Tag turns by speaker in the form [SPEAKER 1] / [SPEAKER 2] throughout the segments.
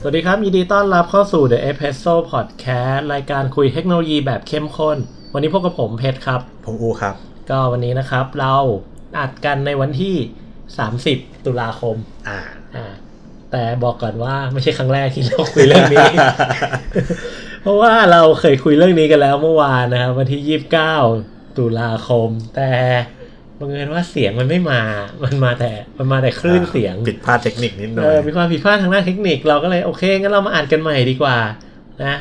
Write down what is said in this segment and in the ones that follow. [SPEAKER 1] สวัสดีครับยินดีต้อนรับเข้าสู่ The Espresso Podcast รายการคุยเทคโนโลยีแบบเข้มข้น วันนี้พบกับผมเพชรครับ
[SPEAKER 2] ผมอูครับ
[SPEAKER 1] ก็วันนี้นะครับเราอัดกันในวันที่ 30 ตุลาคม
[SPEAKER 2] อ่า
[SPEAKER 1] อ่าแต่บอกก่อนว่าไม่ใช่ครั้งแรกที่เราคุยเรื่องนี้ เพราะว่าเราเคยคุยเรื่องนี้กันแล้วเมื่อวานนะครับวันที่ 29 ตุลาคม แต่บังเอิญว่าเสียงมันไม่มา มันมาแต่มันมาแต่คลื่นเสียง
[SPEAKER 2] ผิดพลาดเทคนิคนิดหน่อ
[SPEAKER 1] เอย อมีความผิดพลาดทางด้านเทคนิคเราก็เลยโอเคงั้นเรามาอ่านกันใหม่ดีกว่านะ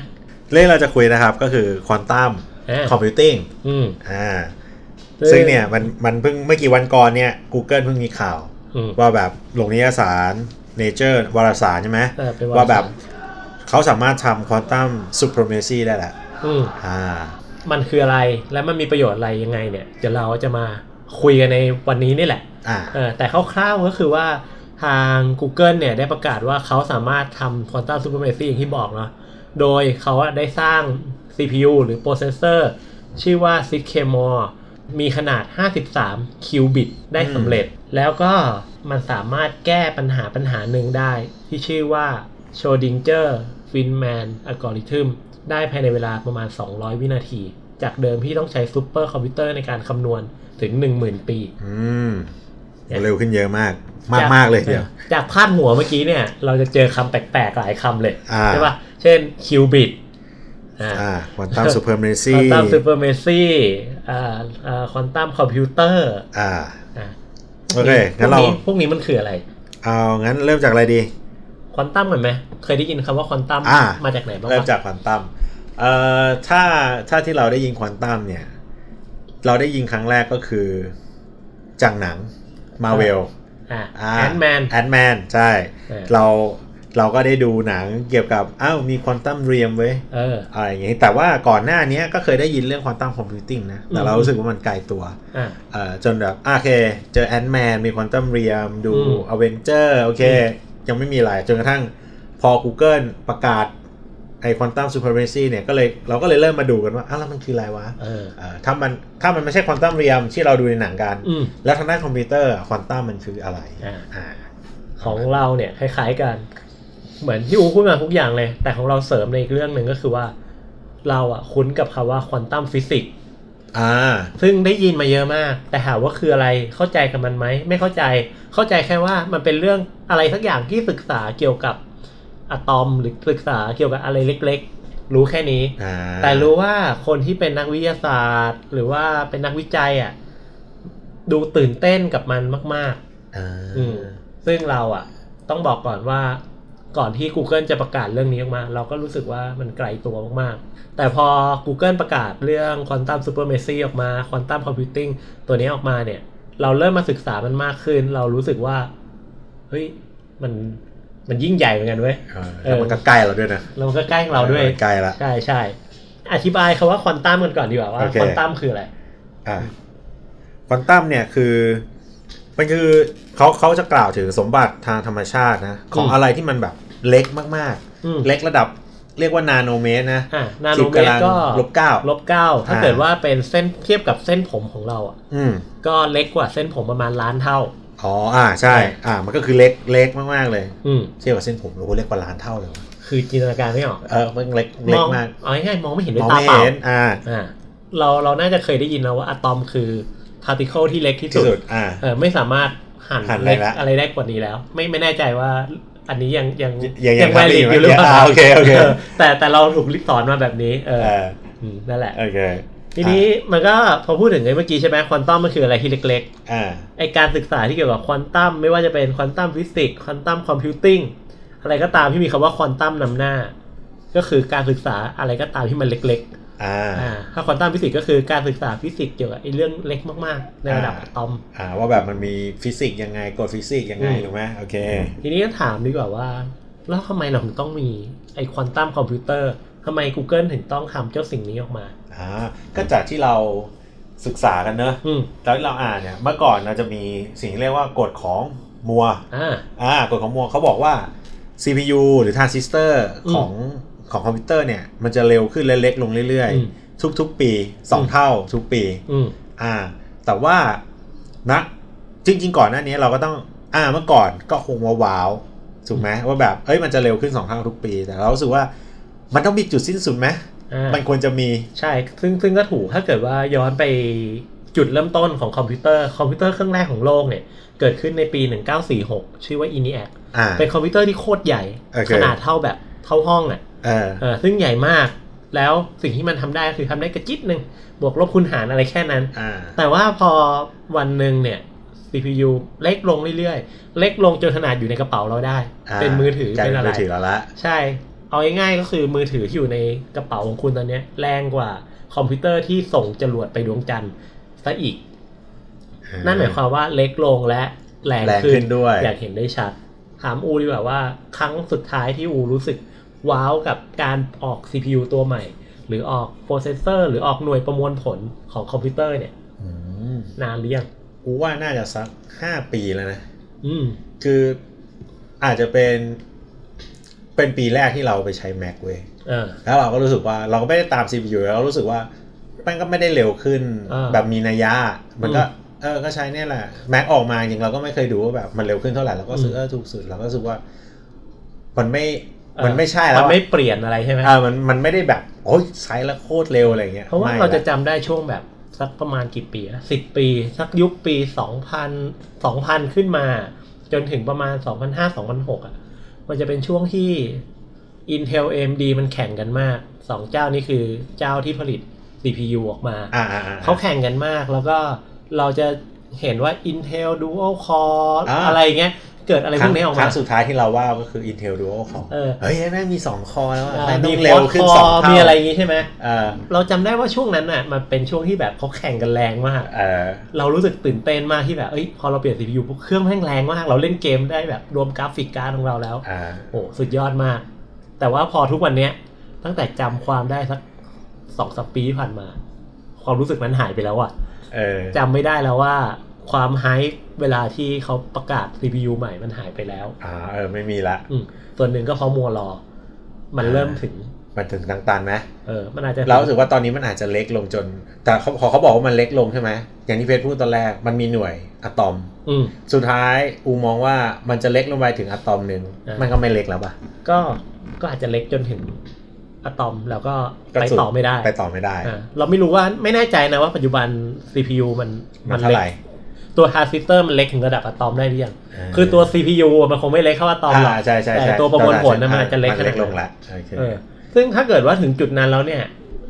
[SPEAKER 2] เรื่องเราจะคุยนะครับก็คือควอนตัม
[SPEAKER 1] เออ
[SPEAKER 2] คอมพิวติ้ง
[SPEAKER 1] อืม
[SPEAKER 2] อ่า ซึ่งเนี่ยมันมันเพิ่งไม่กี่วันก่อนเนี่ย Google เพิ่งมีข่าว
[SPEAKER 1] อืม
[SPEAKER 2] ว่าแบบลงนิตยสาร Nature วารสารใช่ไหม
[SPEAKER 1] เออเป็น
[SPEAKER 2] ว่าแบบเขาสามารถทำควอนตัมซูเปอร์เมซีได้แหละ
[SPEAKER 1] อืม
[SPEAKER 2] อ่า
[SPEAKER 1] มันคืออะไรและมันมีประโยชน์อะไรยังไงเนี่ยเดี๋ยวเราจะมาคุยกันในวันนี้นี่แหละ
[SPEAKER 2] อ่า
[SPEAKER 1] เออแต่คร่าวๆก็คือว่าทาง Google เนี่ยได้ประกาศว่าเขาสามารถทำ Quantum Supremacy อย่างที่บอกเนาะโดยเขาอะได้สร้าง CPU หรือโปรเซสเซอร์ ชื่อว่า 6 k m o r e มีขนาด 53 คิวบิตได้สำเร็จ แล้วก็มันสามารถแก้ปัญหาปัญหาหนึ่งได้ ที่ชื่อว่า Schrodinger Feynman Algorithm ได้ภายในเวลาประมาณ 200 วินาที จากเดิมที่ต้องใช้ซูเปอร์คอมพิวเตอร์ในการคำนวณถึง 10,000 ปี
[SPEAKER 2] อืม เร็วขึ้นเยอะมาก มากมากๆเลยทีเดียว
[SPEAKER 1] จากพาดหัวเมื่อกี้เนี่ย เราจะเจอคำแปลกๆ หลายคำเลย
[SPEAKER 2] อ่า
[SPEAKER 1] ใช่ปะเช่นคิวบิตอ่า
[SPEAKER 2] อ่าควอนตัมซูเปอร์เม
[SPEAKER 1] คว
[SPEAKER 2] ซี
[SPEAKER 1] อนตัมซูเปอร์เมซี่อ่าอ่าควอนตัมคอมพิวเตอร์
[SPEAKER 2] อ่า
[SPEAKER 1] อ่ะ
[SPEAKER 2] โอเคงั้นเรา
[SPEAKER 1] พวกพวกนี้มันคืออะไร
[SPEAKER 2] เอางั้นเริ่มจากอะไรดี
[SPEAKER 1] ควอนตัมเหมือนไหม เคยได้ยินคำว่าควอนตัม
[SPEAKER 2] อ่า
[SPEAKER 1] มาจากไหนบ้างวะ
[SPEAKER 2] เริ่มจากควอนตัมเอ่อถ้าถ้าที่เราได้ยินควอนตัมเนี่ย เราได้ยินครั้งแรกก็คือจากหนังมาเว ล
[SPEAKER 1] อ่าแอนด์แมน
[SPEAKER 2] แอนแมนใช่
[SPEAKER 1] เออ
[SPEAKER 2] เราเราก็ได้ดูหนังเกี่ยวกับ อ้าวมีควอนตัมเรียมเว้ย
[SPEAKER 1] เออ
[SPEAKER 2] อะไรอย่างงี้ แต่ว่าก่อนหน้านี้ก็เคยได้ยินเรื่องควอนตัมคอมพิวติ้งนะ แต่เรา
[SPEAKER 1] อืม
[SPEAKER 2] รู้สึกว่ามันไกลตัว
[SPEAKER 1] อ่า
[SPEAKER 2] เอ่อจนแบบอ่ะโอเค เจอแอนด์แมนมีควอนตัมเรียมดู
[SPEAKER 1] อืม
[SPEAKER 2] อเวนเจอร์โอเค ยังไม่มีอะไร จนกระทั่งพอ Google ประกาศไอควอนตัมซูเปอร์เมซีเนี่ยก็เลยเราก็เลยเริ่มมาดูกันว่า อ้าวแล้วมันคืออะไรวะ
[SPEAKER 1] เออ
[SPEAKER 2] เอ่อถ้ามันถ้ามันไม่ใช่ควอนตัมเรียมที่เราดูในหนังกัน
[SPEAKER 1] อืม
[SPEAKER 2] แล้วทางด้านคอมพิวเตอร์ควอนตัมมันคืออะไร
[SPEAKER 1] อ่า
[SPEAKER 2] อ่า
[SPEAKER 1] ของเราเนี่ยคล้ายๆกัน เหมือนที่อูพูดมาทุกอย่างเลย แต่ของเราเสริมในอีกเรื่องหนึ่งก็คือว่า เราอ่ะคุ้นกับคำว่าควอนตัมฟิสิกส์
[SPEAKER 2] อ่า
[SPEAKER 1] ซึ่งได้ยินมาเยอะมาก แต่ถามว่าคืออะไรเข้าใจกับมันไหม ไม่เข้าใจเข้าใจแค่ว่ามันเป็นเรื่องอะไรสักอย่างที่ศึกษาเกี่ยวกับอะตอมหรือศึกษาเกี่ยวกับอะไรเล็ก ๆ รู้แค่นี้
[SPEAKER 2] อ่า
[SPEAKER 1] แต่รู้ว่าคนที่เป็นนักวิทยาศาสตร์ หรือว่าเป็นนักวิจัยอ่ะดูตื่นเต้นกับมันมาก ๆ
[SPEAKER 2] อ่า
[SPEAKER 1] อืมซึ่งเราอ่ะ ต้องบอกก่อนว่าก่อนที่ Google จะประกาศเรื่องนี้ออกมา เราก็รู้สึกว่ามันไกลตัวมากๆ แต่พอ Google ประกาศเรื่อง Quantum Supremacy ออกมา Quantum Computing ตัวนี้ออกมาเนี่ย เราเริ่มมาศึกษามันมากขึ้น เรารู้สึกว่าเฮ้ยมันมันยิ่งใหญ่เหมือนกันเว้ย
[SPEAKER 2] เออ
[SPEAKER 1] เออ
[SPEAKER 2] แล้วมันก็ใกล้เราด้วยนะ
[SPEAKER 1] แล้วมันก็ใกล้เราด้วย
[SPEAKER 2] ใกล้ละ
[SPEAKER 1] ใช่ใช่อธิบายคำว่าควอนตัมกันก่อนดีกว่าว่า
[SPEAKER 2] โอเค
[SPEAKER 1] ควอนตัมคืออะไร
[SPEAKER 2] อ่ะควอนตัมเนี่ยคือมันคือเขาเขาจะกล่าวถึงสมบัติทางธรรมชาตินะของ
[SPEAKER 1] อืม
[SPEAKER 2] อะไรที่มันแบบเล็กมาก
[SPEAKER 1] อืม
[SPEAKER 2] ๆ เล็กระดับเรียกว่านาโนเมตรนะ
[SPEAKER 1] อ่ะนาโน
[SPEAKER 2] สิบ
[SPEAKER 1] เมตร
[SPEAKER 2] ง
[SPEAKER 1] ก็
[SPEAKER 2] ลบเก้า
[SPEAKER 1] ลบเก้าถ้า
[SPEAKER 2] อ่า
[SPEAKER 1] เกิดว่าเป็นเส้นเทียบกับเส้นผมของเราอ่ะ
[SPEAKER 2] อืม
[SPEAKER 1] ก็เล็กกว่าเส้นผมประมาณล้านเท่า
[SPEAKER 2] อ๋ออ่าใช่ อ่ามันก็คือเล็กเล็กมากๆเลย
[SPEAKER 1] อืม
[SPEAKER 2] เทียบกับเส้นผมโอ้โหเล็กกว่าล้านเท่าเลยวะ
[SPEAKER 1] คือจินตนาการไม่ออก
[SPEAKER 2] เออมันเล็กเล็
[SPEAKER 1] ม
[SPEAKER 2] ก
[SPEAKER 1] อง
[SPEAKER 2] มาก
[SPEAKER 1] เอาง่ายๆมองไม่เห็นด้ว
[SPEAKER 2] ม
[SPEAKER 1] ย
[SPEAKER 2] อง
[SPEAKER 1] ตา
[SPEAKER 2] ไม่
[SPEAKER 1] เปล่า
[SPEAKER 2] เห็นอ่า
[SPEAKER 1] อ่า เราเราน่าจะเคยได้ยินแล้วว่าอะตอมคือพาร์ติเคิลที่เล็กที่
[SPEAKER 2] ที่
[SPEAKER 1] สุด
[SPEAKER 2] สุดอ่า
[SPEAKER 1] เออไม่สามารถหั่น
[SPEAKER 2] หั่น
[SPEAKER 1] เล็ก
[SPEAKER 2] อะไรละ
[SPEAKER 1] อะไรได้กว่านี้แล้ว ไม่ไม่แน่ใจว่าอันนี้ยังยัง
[SPEAKER 2] ยังยัง
[SPEAKER 1] แวลิดอยู่หรือเปล่า
[SPEAKER 2] โอเคโอเค
[SPEAKER 1] เออแต่แต่เราถูกลิสอนมาแบบนี้ เออ
[SPEAKER 2] เออ
[SPEAKER 1] มนั่นแหละ
[SPEAKER 2] โอเค
[SPEAKER 1] ทีนี้มันก็พอพูดถึงไอ้เมื่อกี้ใช่ไหมควอนตัมมันคืออะไรที่เล็ก ๆ
[SPEAKER 2] อ่า
[SPEAKER 1] ไอการศึกษาที่เกี่ยวกับควอนตัมไม่ว่าจะเป็นควอนตัมฟิสิกส์ควอนตัมคอมพิวติ้งอะไรก็ตามที่มีคำว่าควอนตัมนำหน้า ก็คือการศึกษาอะไรก็ตามที่มันเล็ก
[SPEAKER 2] อ่า
[SPEAKER 1] ๆอ่าถ้าควอนตัมฟิสิกส์ก็คือการศึกษาฟิสิกส์เกี่ยวกับไอเรื่องเล็กมากๆ ในระดับ
[SPEAKER 2] อ่า
[SPEAKER 1] อะตอม
[SPEAKER 2] อ่าว่าแบบมันมีฟิสิกส์ยังไงกฎฟิสิกส์ยังไง
[SPEAKER 1] อืม
[SPEAKER 2] ถูกไหมโอเค
[SPEAKER 1] ทีนี้ก็ถามดีกว่าว่า แล้วทำไมเราถึงต้องมีไอควอนตัมคอมพิวเตอร์ทำไม Google ถึงต้องทำเจ้าสิ่งนี้ออกมา
[SPEAKER 2] อ่าก็จากที่เราศึกษากันเนอะ
[SPEAKER 1] อืม
[SPEAKER 2] แล้วเราอ่านเนี่ยเมื่อก่อนเราจะมีสิ่งที่เรียกว่ากฎของมัวร์
[SPEAKER 1] อ่า
[SPEAKER 2] อ่ากฎของมัวร์เขาบอกว่า CPU หรือทรานซิสเตอร์
[SPEAKER 1] อืม
[SPEAKER 2] ของของคอมพิวเตอร์เนี่ย มันจะเร็วขึ้นและเล็กลงเรื่อย
[SPEAKER 1] อืม
[SPEAKER 2] ๆ ทุกๆปี 2 เท่าทุกปี
[SPEAKER 1] อืม
[SPEAKER 2] อ่าแต่ว่านะจริงๆ ก่อนหน้านี้เราก็ต้องอ่าเมื่อก่อนก็คงว้าว ถูกไหมว่าแบบเอ้ยมันจะเร็วขึ้นสองเท่าทุกปี แต่เรารู้สึกว่ามันต้องมีจุดสิ้นสุดไหม
[SPEAKER 1] อ่า
[SPEAKER 2] มันควรจะมี
[SPEAKER 1] ใช่ซึ่งซึ่งก็ถูกถ้าเกิดว่าย้อนไปจุดเริ่มต้นของคอมพิวเตอร์คอมพิวเตอร์เครื่องแรกของโลกเนี่ย เกิดขึ้นในปี 1946 ชื่อว่า ENIAC
[SPEAKER 2] อ่า
[SPEAKER 1] เป็นคอมพิวเตอร์ที่โคตรใหญ่
[SPEAKER 2] โอเค
[SPEAKER 1] ขนาดเท่าแบบเท่าห้องอ่ะ
[SPEAKER 2] เออ
[SPEAKER 1] เออซึ่งใหญ่มากแล้วสิ่งที่มันทำได้คือทำได้กระจิตหนึ่งบวกลบคูณหารอะไรแค่นั้น
[SPEAKER 2] อ่า
[SPEAKER 1] แต่ว่าพอวันหนึ่งเนี่ย CPU เล็กลงเรื่อยๆ เล็กลงจนขนาดอยู่ในกระเป๋าเราได้
[SPEAKER 2] า
[SPEAKER 1] เป็นมือถือก
[SPEAKER 2] ลาย
[SPEAKER 1] เป็น
[SPEAKER 2] เป็น
[SPEAKER 1] อะไร
[SPEAKER 2] มือถือแล้วละ
[SPEAKER 1] ใช่ เอาง่ายๆก็คือมือถือที่อยู่ในกระเป๋าของคุณตอนเนี้ย แรงกว่าคอมพิวเตอร์ที่ส่งจรวดไปดวงจันทร์ซะอีก นั่นหมายความว่าเล็กลงและแรง
[SPEAKER 2] แรง
[SPEAKER 1] ขึ้
[SPEAKER 2] ขึ้
[SPEAKER 1] น
[SPEAKER 2] นด้วย
[SPEAKER 1] อยากเห็นได้ชัด ถามอูดีกว่าว่า ครั้งสุดท้ายที่อูรู้สึกว้าวกับการออก CPU ตัวใหม่ หรือออกโปรเซสเซอร์ หรือออกหน่วยประมวลผลของคอมพิวเตอร์เนี่ย
[SPEAKER 2] อืม
[SPEAKER 1] นานหรือยัง
[SPEAKER 2] กูว่าน่าจะสักห้าปีแล้วนะ
[SPEAKER 1] อืม
[SPEAKER 2] คืออาจจะเป็นเป็นปีแรกที่เราไปใช้ Mac เว้ย
[SPEAKER 1] เออ
[SPEAKER 2] แล้วเราก็รู้สึกว่าเราก็ไม่ได้ตาม CPU แล้วเรารู้สึกว่ามันก็ไม่ได้เร็วขึ้น
[SPEAKER 1] อ่า
[SPEAKER 2] แบบมีนัยยะมันก็
[SPEAKER 1] อืม
[SPEAKER 2] เออก็ใช้เนี่ยแหละ Mac ออกมาจริงเราก็ไม่เคยดูว่าแบบมันเร็วขึ้นเท่าไหร่เราก็รู้สึก
[SPEAKER 1] อืม
[SPEAKER 2] เออถูกสุดเราก็รู้สึกว่า มันไม่
[SPEAKER 1] เออ
[SPEAKER 2] มันไม่ใช่แล้
[SPEAKER 1] มั
[SPEAKER 2] วน อะ
[SPEAKER 1] ไม่เปลี่ยนอะไรใช่ไหม
[SPEAKER 2] เออมันมันไม่ได้แบบโอ้ยใช้แล้วโคตรเร็วอะไรเงี้ย
[SPEAKER 1] เพราะว่า
[SPEAKER 2] ไม่
[SPEAKER 1] เราจะ
[SPEAKER 2] ล
[SPEAKER 1] จำได้ช่วงแบบสักประมาณกี่ปีอะสิบปี สักยุคปีสองพันสองพันขึ้นมา จนถึงประมาณสองพันห้าสองพันหกอ่ะ มันจะเป็นช่วงที่ Intel AMD มันแข่งกันมากสองเจ้านี้คือเจ้าที่ผลิต CPU ออกมา
[SPEAKER 2] อ่าอ่าอ่า
[SPEAKER 1] เขาแข่งกันมากแล้วก็เราจะเห็นว่า Intel Dual Core
[SPEAKER 2] อ่า
[SPEAKER 1] อะไรเงี้ย เกิดอะไรพวกนี้ออก
[SPEAKER 2] ค
[SPEAKER 1] มา
[SPEAKER 2] รั้งสุดท้ายที่เราว่าก็คือ Intel Duo ของ
[SPEAKER 1] เออ
[SPEAKER 2] เฮ้ยแม่งมีสองคอแล้วอะ
[SPEAKER 1] อ่า
[SPEAKER 2] แม่งต้
[SPEAKER 1] มี
[SPEAKER 2] อง
[SPEAKER 1] เร็
[SPEAKER 2] เร็
[SPEAKER 1] ว
[SPEAKER 2] ว
[SPEAKER 1] ขึ้
[SPEAKER 2] ขึ้
[SPEAKER 1] น
[SPEAKER 2] น
[SPEAKER 1] ส
[SPEAKER 2] ส
[SPEAKER 1] อ
[SPEAKER 2] อง ง
[SPEAKER 1] เท่า
[SPEAKER 2] เท่า
[SPEAKER 1] มีอะไรอย่างงี้ใช่ไหม
[SPEAKER 2] เออ
[SPEAKER 1] เราจำได้ว่าช่วงนั้นน่ะมันเป็นช่วงที่แบบเขาแข่งกันแรงมาก
[SPEAKER 2] เออ
[SPEAKER 1] เรารู้สึกตื่นเต้นมากที่แบบเอ้ยพอเราเปลี่ยน CPU ปุ๊บเครื่องแม่งแรงมาก เราเล่นเกมได้แบบรวมกราฟิกการ์ดของเราแล้ว
[SPEAKER 2] อ่า
[SPEAKER 1] โอ้สุดยอดมาก แต่ว่าพอทุกวันเนี้ย ตั้งแต่จำความได้สักสองสามปีที่ผ่านมา ความรู้สึกนั้นหายไปแล้วอะ
[SPEAKER 2] เออ
[SPEAKER 1] จำไม่ได้แล้วว่าความไฮป์เวลาที่เขาประกาศ CPU ใหม่มันหายไปแล้ว
[SPEAKER 2] อ่า เออ ไม่มีละ
[SPEAKER 1] อืมส่วนหนึ่งก็เพราะมัวรอ มันเริ่มถึง
[SPEAKER 2] มันถึงทางตันไหม
[SPEAKER 1] เออ มันอาจจะ
[SPEAKER 2] เรารู้สึกว่าตอนนี้มันอาจจะเล็กลงจน แต่เขาพอเขาบอกว่ามันเล็กลงใช่ไหม อย่างที่เพชรพูดตอนแรก มันมีหน่วยอะตอม
[SPEAKER 1] อืม
[SPEAKER 2] สุดท้ายอูมองว่ามันจะเล็กลงไปถึงอะตอมหนึ่ง
[SPEAKER 1] อ่ามั
[SPEAKER 2] มันก็ไม่เล็กแล้วป่ะ
[SPEAKER 1] ก็ก็อาจจะเล็กจนถึงอะตอมแล้วก็
[SPEAKER 2] ก็
[SPEAKER 1] ไป
[SPEAKER 2] สุด
[SPEAKER 1] ต่อไม่ได้
[SPEAKER 2] ไปต่อไม่ได้
[SPEAKER 1] อ่าเราไม่รู้ว่าไม่แน่ใจนะว่าปัจจุบัน CPU มัน
[SPEAKER 2] มันเท่าไหร่
[SPEAKER 1] ล็กตัวฮาร์ดซิสเตอร์มันเล็กถึงระดับอะตอมได้หรือยังคือตัว CPU มันคงไม่เล็กเท่าอะตอมหรอก
[SPEAKER 2] อ่าใช่ใช่
[SPEAKER 1] แต่
[SPEAKER 2] ใช่
[SPEAKER 1] ตัวประมวลผลน่ะ
[SPEAKER 2] ตอ
[SPEAKER 1] มันอาจจะเล็ก
[SPEAKER 2] มัเล็ก
[SPEAKER 1] ขนาดนั้น
[SPEAKER 2] ลงละโอเค
[SPEAKER 1] เออซึ่งถ้าเกิดว่าถึงจุดนั้นแล้วเนี่ย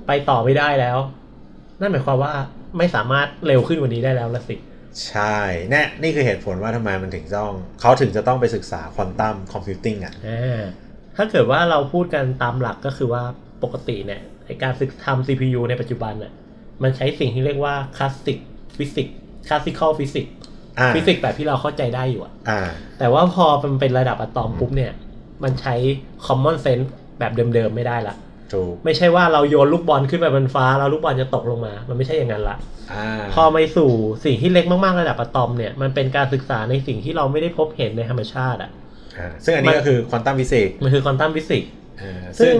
[SPEAKER 1] ไปต่อไม่ได้แล้ว นั่นหมายความว่าไม่สามารถเร็วขึ้นกว่านี้ได้แล้วละสิ
[SPEAKER 2] ใช่เนี่ยนี่คือเหตุผลว่าทำไมมันถึงต้องเขาถึงจะต้องไปศึกษาควอนตัมคอมพิวติ้งอ่ะ
[SPEAKER 1] อ่าถ้าเกิดว่าเราพูดกันตามหลักก็คือว่าปกติเนี่ยไอการศึกทำ CPU ในปัจจุบันน่ะมันใช้สิ่งที่เรียกว่าคลาสสิกฟิสิกคลาสสิคอลฟิสิก
[SPEAKER 2] อ่า
[SPEAKER 1] ฟิสิกแบบที่เราเข้าใจได้อยู่อะ
[SPEAKER 2] อ่า
[SPEAKER 1] แต่ว่าพอมันเป็นระดับอะตอมปุ๊บเนี่ย มันใช้ common sense แบบเดิมๆ ไม่ได้ละ
[SPEAKER 2] ถูก
[SPEAKER 1] ไม่ใช่ว่าเราโยนลูกบอลขึ้นไปบนฟ้า แล้วลูกบอลจะตกลงมา มันไม่ใช่อย่างนั้นละ
[SPEAKER 2] อ่า
[SPEAKER 1] พอไปสู่สิ่งที่เล็กมากๆระดับอะตอมเนี่ยมันเป็นการศึกษาในสิ่งที่เราไม่ได้พบเห็นในธรรมชาติอะ
[SPEAKER 2] อ่าซึ่งอันนี้ก็คือควอนตัมฟิสิกส์
[SPEAKER 1] มันคือควอนตัมฟิสิก
[SPEAKER 2] อ่า
[SPEAKER 1] ซึ่
[SPEAKER 2] ซึ่
[SPEAKER 1] ง
[SPEAKER 2] ง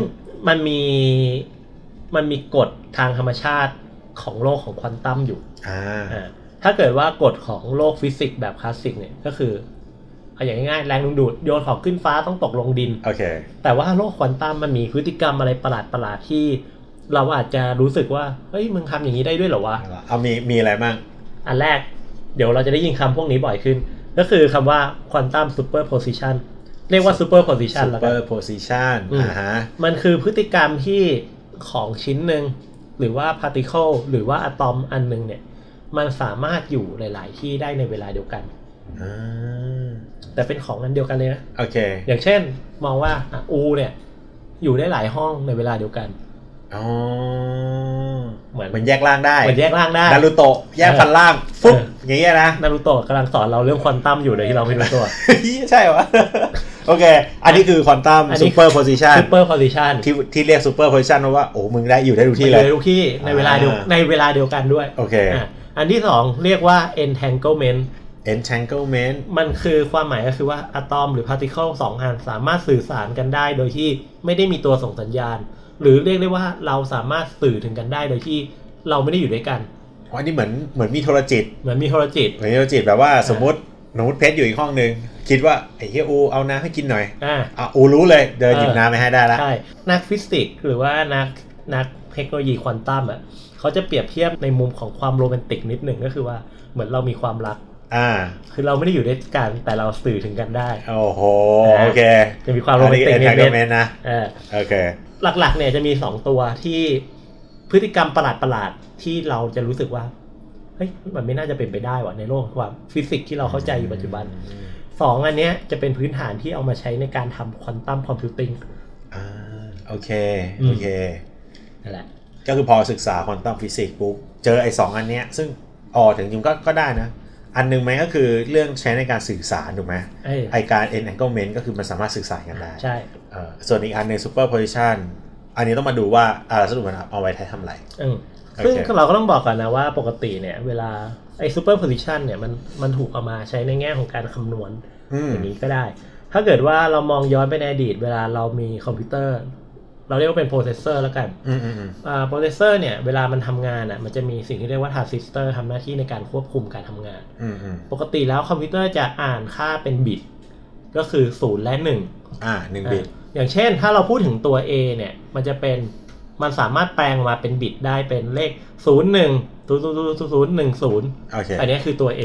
[SPEAKER 1] มันมีมันมีกฎทางธรรมชาติของโลกของควอนตัมอยู่
[SPEAKER 2] อ่า
[SPEAKER 1] อ่าถ้าเกิดว่ากฎของโลกฟิสิกส์แบบคลาสสิกเนี่ยก็คือเอาอย่างง่ายๆแรงดึงดูดโยนของขึ้นฟ้าต้องตกลงดิน
[SPEAKER 2] โอเค
[SPEAKER 1] แต่ว่าโลกควอนตัมมันมีพฤติกรรมอะไรประหลาดประหลาดๆที่ เราอาจจะรู้สึกว่าเฮ้ยมึงทำอย่างนี้ได้ด้วยเหรอวะ
[SPEAKER 2] เอามีมีอะไรบ้าง
[SPEAKER 1] อันแรกเดี๋ยวเราจะได้ยินคำพวกนี้บ่อยขึ้น ก็คือคำว่าควอนตัมซูเปอร์โพซิชันเรียกว่าซูเปอร์โพซิชันแล้วกัน
[SPEAKER 2] super position
[SPEAKER 1] อืม
[SPEAKER 2] อ่าฮะ
[SPEAKER 1] มันคือพฤติกรรมที่ของชิ้นหนึ่งหรือว่าพาร์ติเคิลหรือว่าอะตอมอันหนึ่งเนี่ย มันสามารถอยู่หลาย ๆ ที่ได้ในเวลาเดียวกัน
[SPEAKER 2] อ่า
[SPEAKER 1] แต่เป็นของอันเดียวกันเลยนะ
[SPEAKER 2] โอเค
[SPEAKER 1] อย่างเช่นมองว่าอ่ะอูเนี่ย อยู่ได้หลายห้องในเวลาเดียวกัน
[SPEAKER 2] อ๋อ
[SPEAKER 1] เหมือน
[SPEAKER 2] มันแยกล่างได้
[SPEAKER 1] มันแยกร่างได้
[SPEAKER 2] ดารุโตะ แยกพันล่าง ฟุ๊บ
[SPEAKER 1] เออ
[SPEAKER 2] อ
[SPEAKER 1] อ
[SPEAKER 2] ย่างเงี้ยนะ
[SPEAKER 1] นารูโตะกำลังสอนเราเรื่องควอนตัมอยู่เลยที่เราไม่รู้ตัว
[SPEAKER 2] ใช่เหรอ โอเค อันนี้คือควอนตัม
[SPEAKER 1] อันนี้
[SPEAKER 2] super position
[SPEAKER 1] ซูเปอร์คอ i ิชัน
[SPEAKER 2] ที่ที่เรียก super position เพราะว่า โอ้ มึงได้อยู่ได้ทุกที่เลย
[SPEAKER 1] ทุกที่ในเวลาเดียว
[SPEAKER 2] อ่า
[SPEAKER 1] ในเวลาเดียวกันด้วย
[SPEAKER 2] โอเค
[SPEAKER 1] อ่ะอันที่สองเรียกว่า entanglement
[SPEAKER 2] entanglement
[SPEAKER 1] มันคือความหมายก็คือว่าอะตอมหรือพาร์ติเคิลสองอันสามารถสื่อสารกันได้โดยที่ไม่ได้มีตัวส่งสัญญาณ หรือเรียกได้ว่าเราสามารถสื่อถึงกันได้โดยที่เราไม่ได้อยู่ด้วยกัน
[SPEAKER 2] อ๋ออันนี้เหมือนเหมือนมีโทรจิต
[SPEAKER 1] เหมือนมีโทรจิต
[SPEAKER 2] เหมือนโทรจิตแบบว่าสมมติสมมติเพชรอยู่อีกห้องหนึ่ง คิดว่าไอ้เฮียอูเอาน้ำให้กินหน่อย
[SPEAKER 1] อ่า
[SPEAKER 2] อ่ะอูรู้เลยเดินหยิบ
[SPEAKER 1] เออ
[SPEAKER 2] น้ำไปให้ได้ละ
[SPEAKER 1] ใช่นักฟิสิกส์หรือว่านักนักเทคโนโลยีควอนตัมอ่ะเขาจะเปรียบเทียบในมุมของความโรแมนติกนิดหนึ่งก็คือว่าเหมือนเรามีความรัก
[SPEAKER 2] อ่า
[SPEAKER 1] คือเราไม่ได้อยู่ด้วยกันแต่เราสื่อถึงกันได้
[SPEAKER 2] โอ้โห
[SPEAKER 1] อ่ะ
[SPEAKER 2] โอเค
[SPEAKER 1] จะมีความโรแมนติก
[SPEAKER 2] อัน
[SPEAKER 1] นิ
[SPEAKER 2] นี้
[SPEAKER 1] ด
[SPEAKER 2] เอ็นทางเม
[SPEAKER 1] นึง
[SPEAKER 2] นนะ
[SPEAKER 1] เออ
[SPEAKER 2] โอเค
[SPEAKER 1] หลักๆ เนี่ยจะมีสองตัวที่พฤติกรรมประหลาดๆ ที่เราจะรู้สึกว่าเฮ้ยมันไม่น่าจะเป็นไปได้ว่ะในโลกความฟิสิกส์ที่เราเข้าใจอยู่ปัจจุบันสองอันเนี้ยจะเป็นพื้นฐานที่เอามาใช้ในการทำควอนตัมคอมพิวติ้ง
[SPEAKER 2] อ่าโอเค
[SPEAKER 1] อืม
[SPEAKER 2] โอเค
[SPEAKER 1] นั่นแหละ
[SPEAKER 2] ก็คือพอศึกษาควอนตัมฟิสิกส์ปุ๊บ เจอไอ้สองอันเนี้ย ซึ่งอ๋อถึงจริงก็ก็ได้นะ อันหนึงไหมก็คือเรื่องใช้ในการสื่อสารถูกไหม
[SPEAKER 1] เอ้ย
[SPEAKER 2] ไอการ enanglement ก็คือมันสามารถสื่อสารกันได้
[SPEAKER 1] ใช่
[SPEAKER 2] เออส่วนอีกอันหนึ่ง superposition อันนี้ต้องมาดูว่าอ่าสรุปมันเอาไว้ใช้ทำอะไร
[SPEAKER 1] อืม
[SPEAKER 2] โอเค
[SPEAKER 1] ซึ่งเราก็ต้องบอกก่อนนะว่าปกติเนี่ย เวลาไอ้ซูเปอร์โพซิชันเนี่ยมันมันถูกเอามาใช้ในแง่ของการคำนวณ
[SPEAKER 2] อืม
[SPEAKER 1] อย่างนี้ก็ได้ ถ้าเกิดว่าเรามองย้อนไปในอดีต เวลาเรามีคอมพิวเตอร์ เราเรียกว่าเป็นโปรเซสเซอร์แล้วกัน
[SPEAKER 2] อืมอืมอืม
[SPEAKER 1] อ่าโปรเซสเซอร์เนี่ยเวลามันทำงานอ่ะมันจะมีสิ่งที่เรียกว่าทรานซิสเตอร์ทำหน้าที่ในการควบคุมการทำงาน
[SPEAKER 2] อืมอืม
[SPEAKER 1] ปกติแล้วคอมพิวเตอร์จะอ่านค่าเป็นบิต ก็คือศูนย์และหนึ่ง
[SPEAKER 2] อ่าหนึ่งบิต
[SPEAKER 1] อ่าอย่างเช่นถ้าเราพูดถึงตัว A เนี่ยมันจะเป็นมันสามารถแปลงออกมาเป็นบิตได้เป็นเลข 0 1 0 0 0 0 1
[SPEAKER 2] โอเค
[SPEAKER 1] 0 อันนี้คือตัว A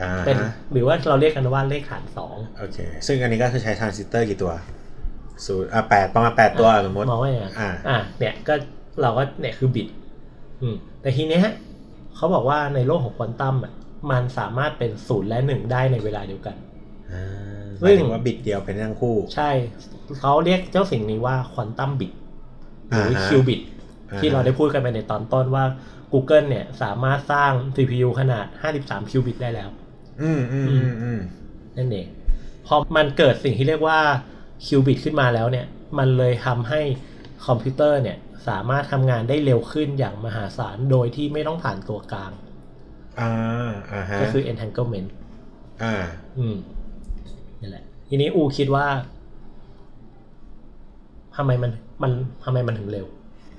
[SPEAKER 2] อ่า
[SPEAKER 1] เป็น
[SPEAKER 2] ฮะ
[SPEAKER 1] หรือว่าเราเรียกกันว่าเลขฐานสอง
[SPEAKER 2] โอเค ซึ่งอันนี้ก็คือใช้ทรานซิสเตอร์กี่ตัวศูนย์อ่าแปดประมาณแปดตัวสมมติ
[SPEAKER 1] มองว่าอย่างนั้น
[SPEAKER 2] อ่า
[SPEAKER 1] อ่ะเนี่ยก็เราก็เนี่ยคือบิตอืมแต่ทีเนี้ยเขาบอกว่าในโลกของควอนตัมอ่ะมันสามารถเป็นศูนย์และหนึ่งได้ในเวลาเดียวกัน
[SPEAKER 2] อ่าห
[SPEAKER 1] ซึ่
[SPEAKER 2] มาย
[SPEAKER 1] ง
[SPEAKER 2] ถึงว่าบิตเดียวเป็นทั้งคู่
[SPEAKER 1] ใช่เขาเรียกเจ้าสิ่งนี้ว่าควอนตัมบิตหรือ
[SPEAKER 2] อ่าฮะ
[SPEAKER 1] คิวบิต
[SPEAKER 2] อ่าฮะ
[SPEAKER 1] ที่เราได้พูดกันไปในตอนต้นว่า Google เนี่ยสามารถสร้าง CPU ขนาด 53 คิวบิตได้แล้ว
[SPEAKER 2] อืมอืมอืมอืม
[SPEAKER 1] นั่นเองพอมันเกิดสิ่งที่เรียกว่าคิวบิตขึ้นมาแล้วเนี่ย มันเลยทำให้คอมพิวเตอร์เนี่ย สามารถทำงานได้เร็วขึ้นอย่างมหาศาลโดยที่ไม่ต้องผ่านตัวกลาง
[SPEAKER 2] อ่าอ่าฮะ
[SPEAKER 1] ก็คือ entanglement
[SPEAKER 2] อ่า
[SPEAKER 1] อืมนี่นแหละ ทีนี้อูคิดว่าทำไมมันมันทำไมมันถึงเร็ว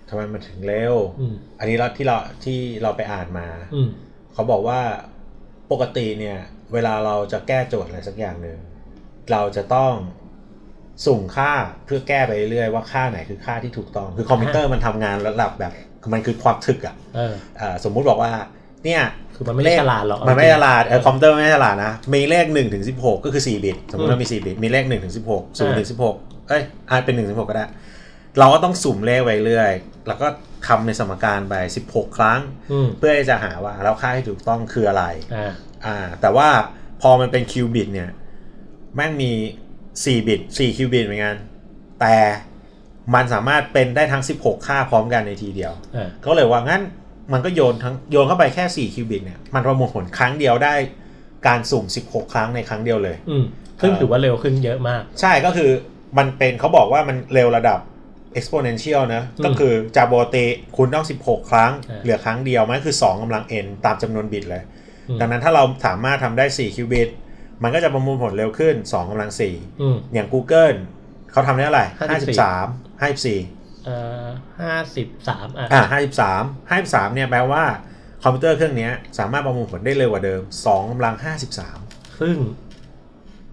[SPEAKER 2] ทำไมมันถึงเร็ว
[SPEAKER 1] อืม
[SPEAKER 2] อันนี้เราที่เราที่เราไปอ่านมา
[SPEAKER 1] อืม
[SPEAKER 2] เขาบอกว่าปกติเนี่ย เวลาเราจะแก้โจทย์อะไรสักอย่างหนึ่งเราจะต้องสุ่มค่าเพื่อแก้ไปเรื่อยๆว่าค่าไหนคือค่าที่ถูกต้อง คือคอมพิวเตอร์มันทำงานระดับแบบมันคือความถึกอะ
[SPEAKER 1] เออ
[SPEAKER 2] อ่ะสมมุติบอกว่า เนี่ย
[SPEAKER 1] คือมันไม่ได้
[SPEAKER 2] เลข
[SPEAKER 1] ฉลาดหรอก
[SPEAKER 2] มันไม่ฉ
[SPEAKER 1] เอจริง
[SPEAKER 2] ลาดเออคอมพิวเตอร์มันไม่ฉลาดนะ มีเลข1นึ่งถึงสิบหกก็คือสี่บิต สมมติ
[SPEAKER 1] อื
[SPEAKER 2] เรา
[SPEAKER 1] ม
[SPEAKER 2] มีสี่บิต มีเลข1นึ่งถึงสิบหกศูนย์
[SPEAKER 1] อ่า
[SPEAKER 2] ถึงสิบหกเอ้ยอาจเป็น1นึ่งถึงหกก็ได้ เราก็ต้องสุ่มเลขไปเรื่อย แล้วก็ทำในสมการไป 16 ครั้ง
[SPEAKER 1] อืม
[SPEAKER 2] เพื่อที่จะหาว่าแล้วค่าที่ถูกต้องคืออะไร
[SPEAKER 1] อ่า
[SPEAKER 2] อ่า แต่ว่าพอมันเป็นคิวบิตเนี่ย แม่งมี4บิต4คิวบิตเหมือนกัน แต่มันสามารถเป็นได้ทั้ง 16 ค่าพร้อมกันในทีเดียว
[SPEAKER 1] อ่า
[SPEAKER 2] ก็เลยว่างั้นมันก็โยนทั้งโยนเข้าไปแค่4คิวบิตเนี่ยมันประมวลผลครั้งเดียวได้การสุ่ม 16 ครั้งในครั้งเดียวเลย
[SPEAKER 1] อืม ซึ่งถือว่าเร็วขึ้นเยอะมาก
[SPEAKER 2] ใช่ก็คือมันเป็นเขาบอกว่ามันเร็วระดับ exponential นะ
[SPEAKER 1] อืม
[SPEAKER 2] ก็คือจากปกติคุณต้อง 16 ครั้ง
[SPEAKER 1] อ่า
[SPEAKER 2] เหลือครั้งเดียวมันก็คือ 2กำลัง n ตามจำนวนบิตเลย
[SPEAKER 1] อืม
[SPEAKER 2] ดังนั้นถ้าเราสามารถทำได้ 4 คิวบิต มันก็จะประมวลผลเร็วขึ้น 2กำลัง
[SPEAKER 1] อืม
[SPEAKER 2] 4 อย่าง Google เขาทำได้เท่าไหร่53 54
[SPEAKER 1] เอ่อห้าสิบสามอ่ะ
[SPEAKER 2] อ่า53 53เนี่ยแปลว่าคอมพิวเตอร์เครื่องเนี้ยสามารถประมวลผลได้เร็วกว่าเดิม2กำลัง 53
[SPEAKER 1] ซึ่ง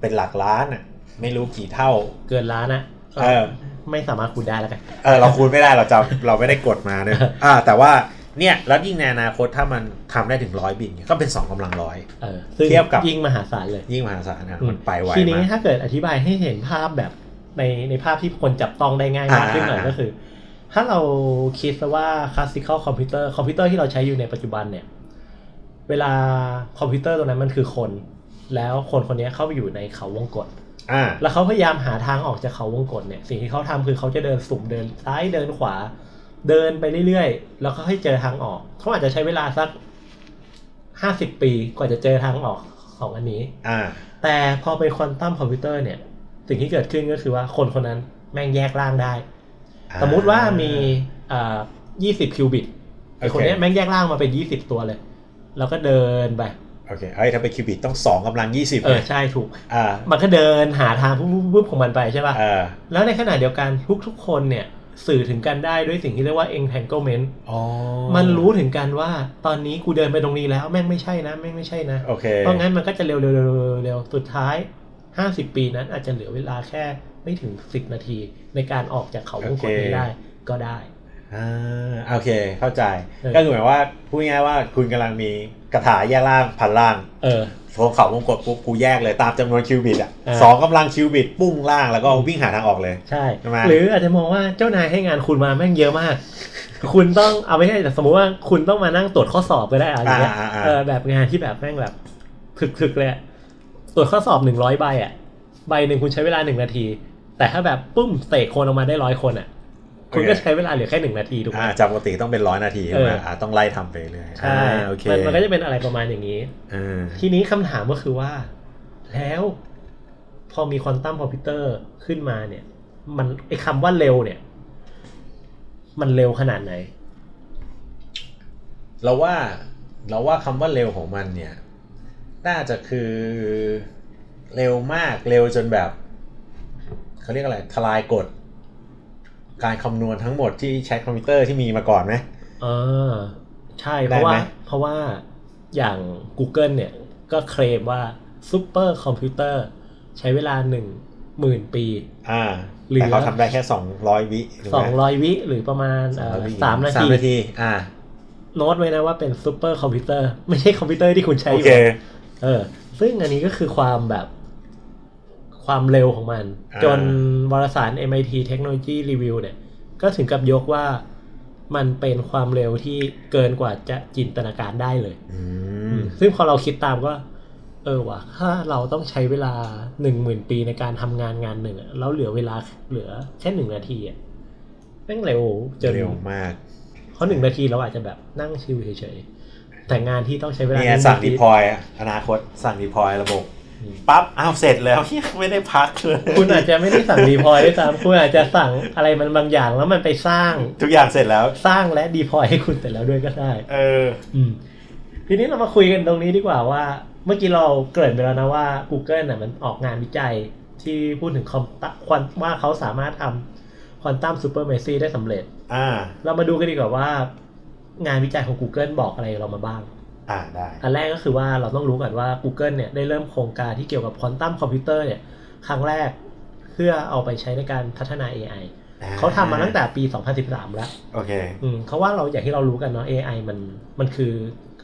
[SPEAKER 2] เป็นหลักล้านอ่ะไม่รู้กี่เท่า
[SPEAKER 1] เกินล้านอะ
[SPEAKER 2] เออ
[SPEAKER 1] ไม่สามารถคูณได้แล้วกัน
[SPEAKER 2] เออเราคูณไม่ได้เราจำ เราไม่ได้กดมาเนี่ยอ่าแต่ว่าเนี่ยแล้วยิ่งในอนาคตถ้ามันทำได้ถึงร้อยบิตเนี่ยก็เป็น 2กำลังร้อย
[SPEAKER 1] เออ ซึ่ง
[SPEAKER 2] เทียบกับ
[SPEAKER 1] ยิ่งมหาศาลเลย
[SPEAKER 2] ยิ่งมหาศาลนะ
[SPEAKER 1] อื
[SPEAKER 2] มันไปไว
[SPEAKER 1] ทีนี้
[SPEAKER 2] มาก
[SPEAKER 1] ถ้าเกิดอธิบายให้เห็นภาพแบบในในภาพที่คนจับต้องได้ง่ายมาก
[SPEAKER 2] อ่า
[SPEAKER 1] ขึ้นหน่อย
[SPEAKER 2] อ่า
[SPEAKER 1] ก็คือ ถ้าเราคิดซะว่าคลาสสิคอลคอมพิวเตอร์คอมพิวเตอร์ที่เราใช้อยู่ในปัจจุบันเนี่ย เวลาคอมพิวเตอร์ตัวนั้นมันคือคน แล้วคนคนนี้เข้าไปอยู่ในเขาวงกต
[SPEAKER 2] อ่า
[SPEAKER 1] แล้วเขาพยายามหาทางออกจากเขาวงกฏเนี่ย สิ่งที่เขาทำคือเขาจะเดินสุ่มเดินซ้ายเดินขวา เดินไปเรื่อยๆ แล้วก็ให้เจอทางออก เขาอาจจะใช้เวลาสักห้าสิบปีกว่าจะเจอทางออกของอันนี้
[SPEAKER 2] อ่า
[SPEAKER 1] แต่พอเป็นควอนตัมคอมพิวเตอร์เนี่ย สิ่งที่เกิดขึ้นก็คือว่าคนคนนั้นแม่งแยกร่างได้ สมมุติว่ามียี่สิบคิวบิตไอคนเนี้ยแม่งแยกร่างมาเป็นยี่สิบตัวเลย แล้วก็เดินไป
[SPEAKER 2] โอเคเอ้ยถ้าเป็นคิวบิตต้อง 2กำลัง 20
[SPEAKER 1] เออ
[SPEAKER 2] เนี่ย
[SPEAKER 1] ใช่ถูก
[SPEAKER 2] อ่า
[SPEAKER 1] มันก็เดินหาทางปุ๊บปุ๊บปุ๊บของมันไปใช่ป่ะ
[SPEAKER 2] อ่า
[SPEAKER 1] แล้วในขณะเดียวกันทุกๆ คนเนี่ย สื่อถึงกันได้ด้วยสิ่งที่เรียกว่า entanglement
[SPEAKER 2] อ๋อ
[SPEAKER 1] มันรู้ถึงกันว่า ตอนนี้กูเดินไปตรงนี้แล้วแม่งไม่ใช่นะแม่งไม่ใช่นะ
[SPEAKER 2] โอเค
[SPEAKER 1] เพราะงั้นมันก็จะเร็วๆๆๆๆสุดท้าย 50 ปีนั้นอาจจะเหลือเวลาแค่ไม่ถึง 10 นาที ในการออกจากเขาวงกต
[SPEAKER 2] โอเค
[SPEAKER 1] นี้ได้ก็ได้
[SPEAKER 2] อ่าโอเค เข้าใจ
[SPEAKER 1] เออ
[SPEAKER 2] ก็คือหมายว่าพูดง่ายๆว่าคุณกำลังมีกระถาแยกล่างพันล่าง
[SPEAKER 1] เออ
[SPEAKER 2] โงเขาวงกดปุ๊บกูแยกเลยตามจำนวนคิวบิตอ่ะ
[SPEAKER 1] อ่า
[SPEAKER 2] สองกำลังคิวบิตปุ้งล่างแล้วก็วิ่งหาทางออกเลย
[SPEAKER 1] ใช่
[SPEAKER 2] ใช่ไหม
[SPEAKER 1] หรืออาจจะมองว่าเจ้านายให้งานคุณมาแม่งเยอะมาก คุณต้องเอาไม่ใช่แต่สมมุติว่าคุณต้องมานั่งตรวจข้อสอบก็ได้อะไรอย่างเงี้ย
[SPEAKER 2] อ่าอ่าอ่า
[SPEAKER 1] เออแบบงานที่แบบแม่งแบบถึกๆเลยอะตรวจข้อสอบหนึ่งร้อยใบอ่ะใบหนึ่งคุณใช้เวลาหนึ่งนาที แต่ถ้าแบบปุ้มเตะคนออกมาได้ร้อยคนอ่ะ คุณก็ใช้เวลาเหลือแค่หนึ่งนาทีถูกไหม
[SPEAKER 2] อ่าจากปกติต้องเป็นร้อยนาที
[SPEAKER 1] เอ
[SPEAKER 2] ใช่
[SPEAKER 1] อ
[SPEAKER 2] ไหมอ่าต้องไล่ทำไปเรื่อย
[SPEAKER 1] ใช่
[SPEAKER 2] อ่าโอเค
[SPEAKER 1] มันมันก็จะเป็นอะไรประมาณอย่างนี้
[SPEAKER 2] อ่า
[SPEAKER 1] ทีนี้คำถามก็คือว่า แล้วพอมีควอนตัมคอมพิวเตอร์ขึ้นมาเนี่ย มันไอคำว่าเร็วเนี่ย มันเร็วขนาดไหน
[SPEAKER 2] เราว่าเราว่าคำว่าเร็วของมันเนี่ย น่าจะคือเร็วมากเร็วจนแบบเขาเรียกอะไรทลายกฎการคำนวณทั้งหมดที่ใช้คอมพิวเตอร์ที่มีมาก่อนไหม
[SPEAKER 1] เออ ใช่เพ
[SPEAKER 2] ได้
[SPEAKER 1] ราะ
[SPEAKER 2] ไหม
[SPEAKER 1] ว่า เพราะว่าอย่าง Google เนี่ย ก็เคลมว่าซูเปอร์คอมพิวเตอร์ใช้เวลาหนึ่งหมื่นปี
[SPEAKER 2] อ่า
[SPEAKER 1] เหลือ
[SPEAKER 2] แต่เขาทำได้แค่สองร้อยวิถูก
[SPEAKER 1] ส
[SPEAKER 2] ไห
[SPEAKER 1] อ
[SPEAKER 2] ม
[SPEAKER 1] งร้อยวิหรือประมาณเอ่อ
[SPEAKER 2] 200วิ
[SPEAKER 1] สามนา
[SPEAKER 2] สา
[SPEAKER 1] ที
[SPEAKER 2] มนาที อ่า
[SPEAKER 1] โน้ตไว้นะว่าเป็นซูเปอร์คอมพิวเตอร์ไม่ใช่คอมพิวเตอร์ที่คุณใช้
[SPEAKER 2] โอ
[SPEAKER 1] อยู่
[SPEAKER 2] เค
[SPEAKER 1] เออ ซึ่งอันนี้ก็คือความแบบความเร็วของมัน
[SPEAKER 2] า
[SPEAKER 1] จนวารสาร MIT Technology Review เนี่ย ก็ถึงกับยกว่ามันเป็นความเร็วที่เกินกว่าจะจินตนาการได้เลย
[SPEAKER 2] อืม
[SPEAKER 1] ซึ่งพอเราคิดตามก็ เออว่ะถ้าเราต้องใช้เวลาหนึ่งหมื่นปีในการทำงานงานหนึ่งอะแล้วเหลือเวลาเหลือแค่หนึ่งนาทีอ่ะแม่งเร็วจน
[SPEAKER 2] เร็วมาก
[SPEAKER 1] เพราะหนึ่งนาทีเราอาจจะแบบนั่งชิลเฉยๆแต่งานที่ต้องใช้เวลา
[SPEAKER 2] เนี่ย
[SPEAKER 1] หง
[SPEAKER 2] สั่ง
[SPEAKER 1] นาที
[SPEAKER 2] ดีพอยอนาคตสั่งดีพอยระบบ
[SPEAKER 1] อืม
[SPEAKER 2] ปั๊บอ้าวเสร็จแล้ว เหี้ยไม่ได้พักเลย
[SPEAKER 1] คุณอาจจะไม่ได้สั่งดีพอยด้วยซ้ำคุณอาจจะสั่งอะไรมันบางอย่างแล้วมันไปสร้าง
[SPEAKER 2] ทุกอย่างเสร็จแล้ว
[SPEAKER 1] สร้างและดีพอยให้คุณเสร็จแล้วด้วยก็ได้
[SPEAKER 2] เออ
[SPEAKER 1] อืม ทีนี้เรามาคุยกันตรงนี้ดีกว่าว่า เมื่อกี้เราเกริ่นไปแล้วนะว่า Google น่ะมันออกงานวิจัยที่พูดถึงคอมตะควอนว่าเขาสามารถทำควอนตัมซูเปอร์เมซี่ได้สำเร็จ
[SPEAKER 2] อ่า
[SPEAKER 1] เรามาดูกันดีกว่าว่างานวิจัยของ Google บอกอะไรเรามาบ้าง
[SPEAKER 2] อ่าได้
[SPEAKER 1] อันแรกก็คือว่าเราต้องรู้ก่อนว่า Google เนี่ยได้เริ่มโครงการที่เกี่ยวกับควอนตัมคอมพิวเตอร์เนี่ยครั้งแรกเพื่อเอาไปใช้ในการพัฒนา AI เขาทำมาตั้งแต่ปี 2013 แล้ว
[SPEAKER 2] โอเค
[SPEAKER 1] อืมเขาว่าเราอย่างที่เรารู้กันเนาะ AI มันมันคือ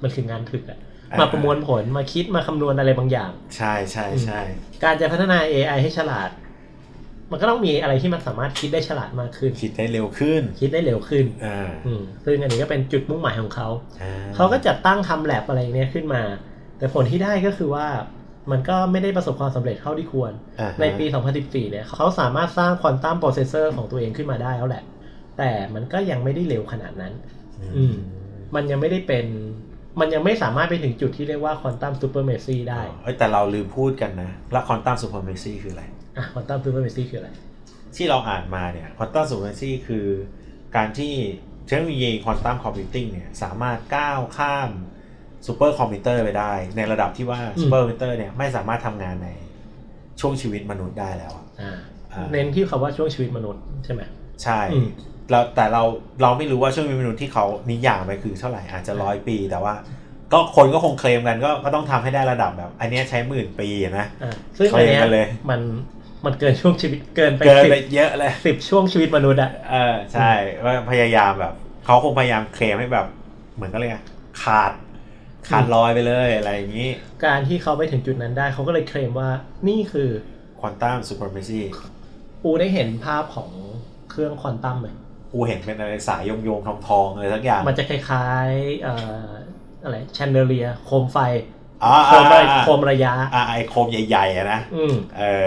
[SPEAKER 1] มันคืองานถึกอะ
[SPEAKER 2] อ่
[SPEAKER 1] มาประมวลผลมาคิดมาคำนวณอะไรบางอย่าง
[SPEAKER 2] ใช่ใช่ใช่
[SPEAKER 1] การจะพัฒนา AI ให้ฉลาด มันก็ต้องมีอะไรที่มันสามารถคิดได้ฉลาดมากขึ้น
[SPEAKER 2] คิดได้เร็วขึ้น
[SPEAKER 1] คิดได้เร็วขึ้น
[SPEAKER 2] อ่า
[SPEAKER 1] อืมซึ่งอันนี้ก็เป็นจุดมุ่งหมายของเขา
[SPEAKER 2] อ่
[SPEAKER 1] เขาก็จัดตั้งทำแลบอะไรอย่างเนี้ยขึ้นมา แต่ผลที่ได้ก็คือว่ามันก็ไม่ได้ประสบความสำเร็จเท่าที่ควร
[SPEAKER 2] อ่าฮะ
[SPEAKER 1] ในปี 2014 เนี่ยเขาสามารถสร้างควอนตัมโปรเซสเซอร์ของตัวเองขึ้นมาได้แล้วแหละ แต่มันก็ยังไม่ได้เร็วขนาดนั้น อื
[SPEAKER 2] อื
[SPEAKER 1] ม
[SPEAKER 2] ม
[SPEAKER 1] มันยังไม่ได้เป็น มันยังไม่สามารถไปถึงจุดที่เรียกว่าควอนตัมซูเปอร์เมซี่ได้
[SPEAKER 2] เอ้ยแต่เราลืมพูดกันนะและคอนตัมซูเปอร์เมซี่คืออะไร
[SPEAKER 1] อ่ะควอนตัมซูเปอร์เมซี่คืออะไร
[SPEAKER 2] ที่เราอ่านมาเนี่ยควอนตัมสูเรนซีคือการที่เทคโนโลยีควอนตัมคอมพิวติ้งเนี่ยสามารถก้าวข้ามซูเปอร์คอมพิวเตอร์ไปได้ ในระดับที่ว่า
[SPEAKER 1] อืม
[SPEAKER 2] ซูเปอร์คอมพิวเตอร์เนี่ยไม่สามารถทำงานในช่วงชีวิตมนุษย์ได้แล้วอะ
[SPEAKER 1] อ่า
[SPEAKER 2] อ่า
[SPEAKER 1] เน้นที่คำว่าช่วงชีวิตมนุษย์ใช่ไหม
[SPEAKER 2] ใช่
[SPEAKER 1] อืม
[SPEAKER 2] เราแต่เราเราไม่รู้ว่าช่วงชีวิตมนุษย์ที่เขานิยามไปคือเท่าไหร่อาจจะร้อยปี แต่ว่าก็คนก็คงเคลมกันก็ก็ต้องทำให้ได้ระดับแบบ อันเนี้ยใช้หมื่นปีอะนะ
[SPEAKER 1] อ่า ซึ่งอันเนี้ย
[SPEAKER 2] เคลมไปเลย
[SPEAKER 1] มัน มันเกินช่วงชีวิต เกินไป
[SPEAKER 2] เกิน
[SPEAKER 1] สิบ
[SPEAKER 2] ไปเยอะเลย
[SPEAKER 1] สิบช่วงชีวิตมนุษย์อะ
[SPEAKER 2] เออใช่ว่าพยายามแบบเขาคงพยายามเคลมให้แบบ เหมือนก็เลยกอะขาด ขาดลอยไปเลยอะไรอย่างนี้
[SPEAKER 1] การที่เขาไปถึงจุดนั้นได้เขาก็เลยเคลมว่านี่คือ
[SPEAKER 2] ควอนตัมซูเปอร์เมซี่
[SPEAKER 1] ปูได้เห็นภาพของเครื่องควอนตัมไหม
[SPEAKER 2] กูเห็นเป็นอะไรสายโยงโยงๆทองทองๆเลยสักอย่าง
[SPEAKER 1] มันจะคล้ายๆเอ่ออะไรแชนเดเลีย โคมไฟ
[SPEAKER 2] อ่า
[SPEAKER 1] โค
[SPEAKER 2] อ่าม
[SPEAKER 1] ระโคมระยะ
[SPEAKER 2] อ่าไอโคมใหญ่ๆอะนะ
[SPEAKER 1] อืม
[SPEAKER 2] เออ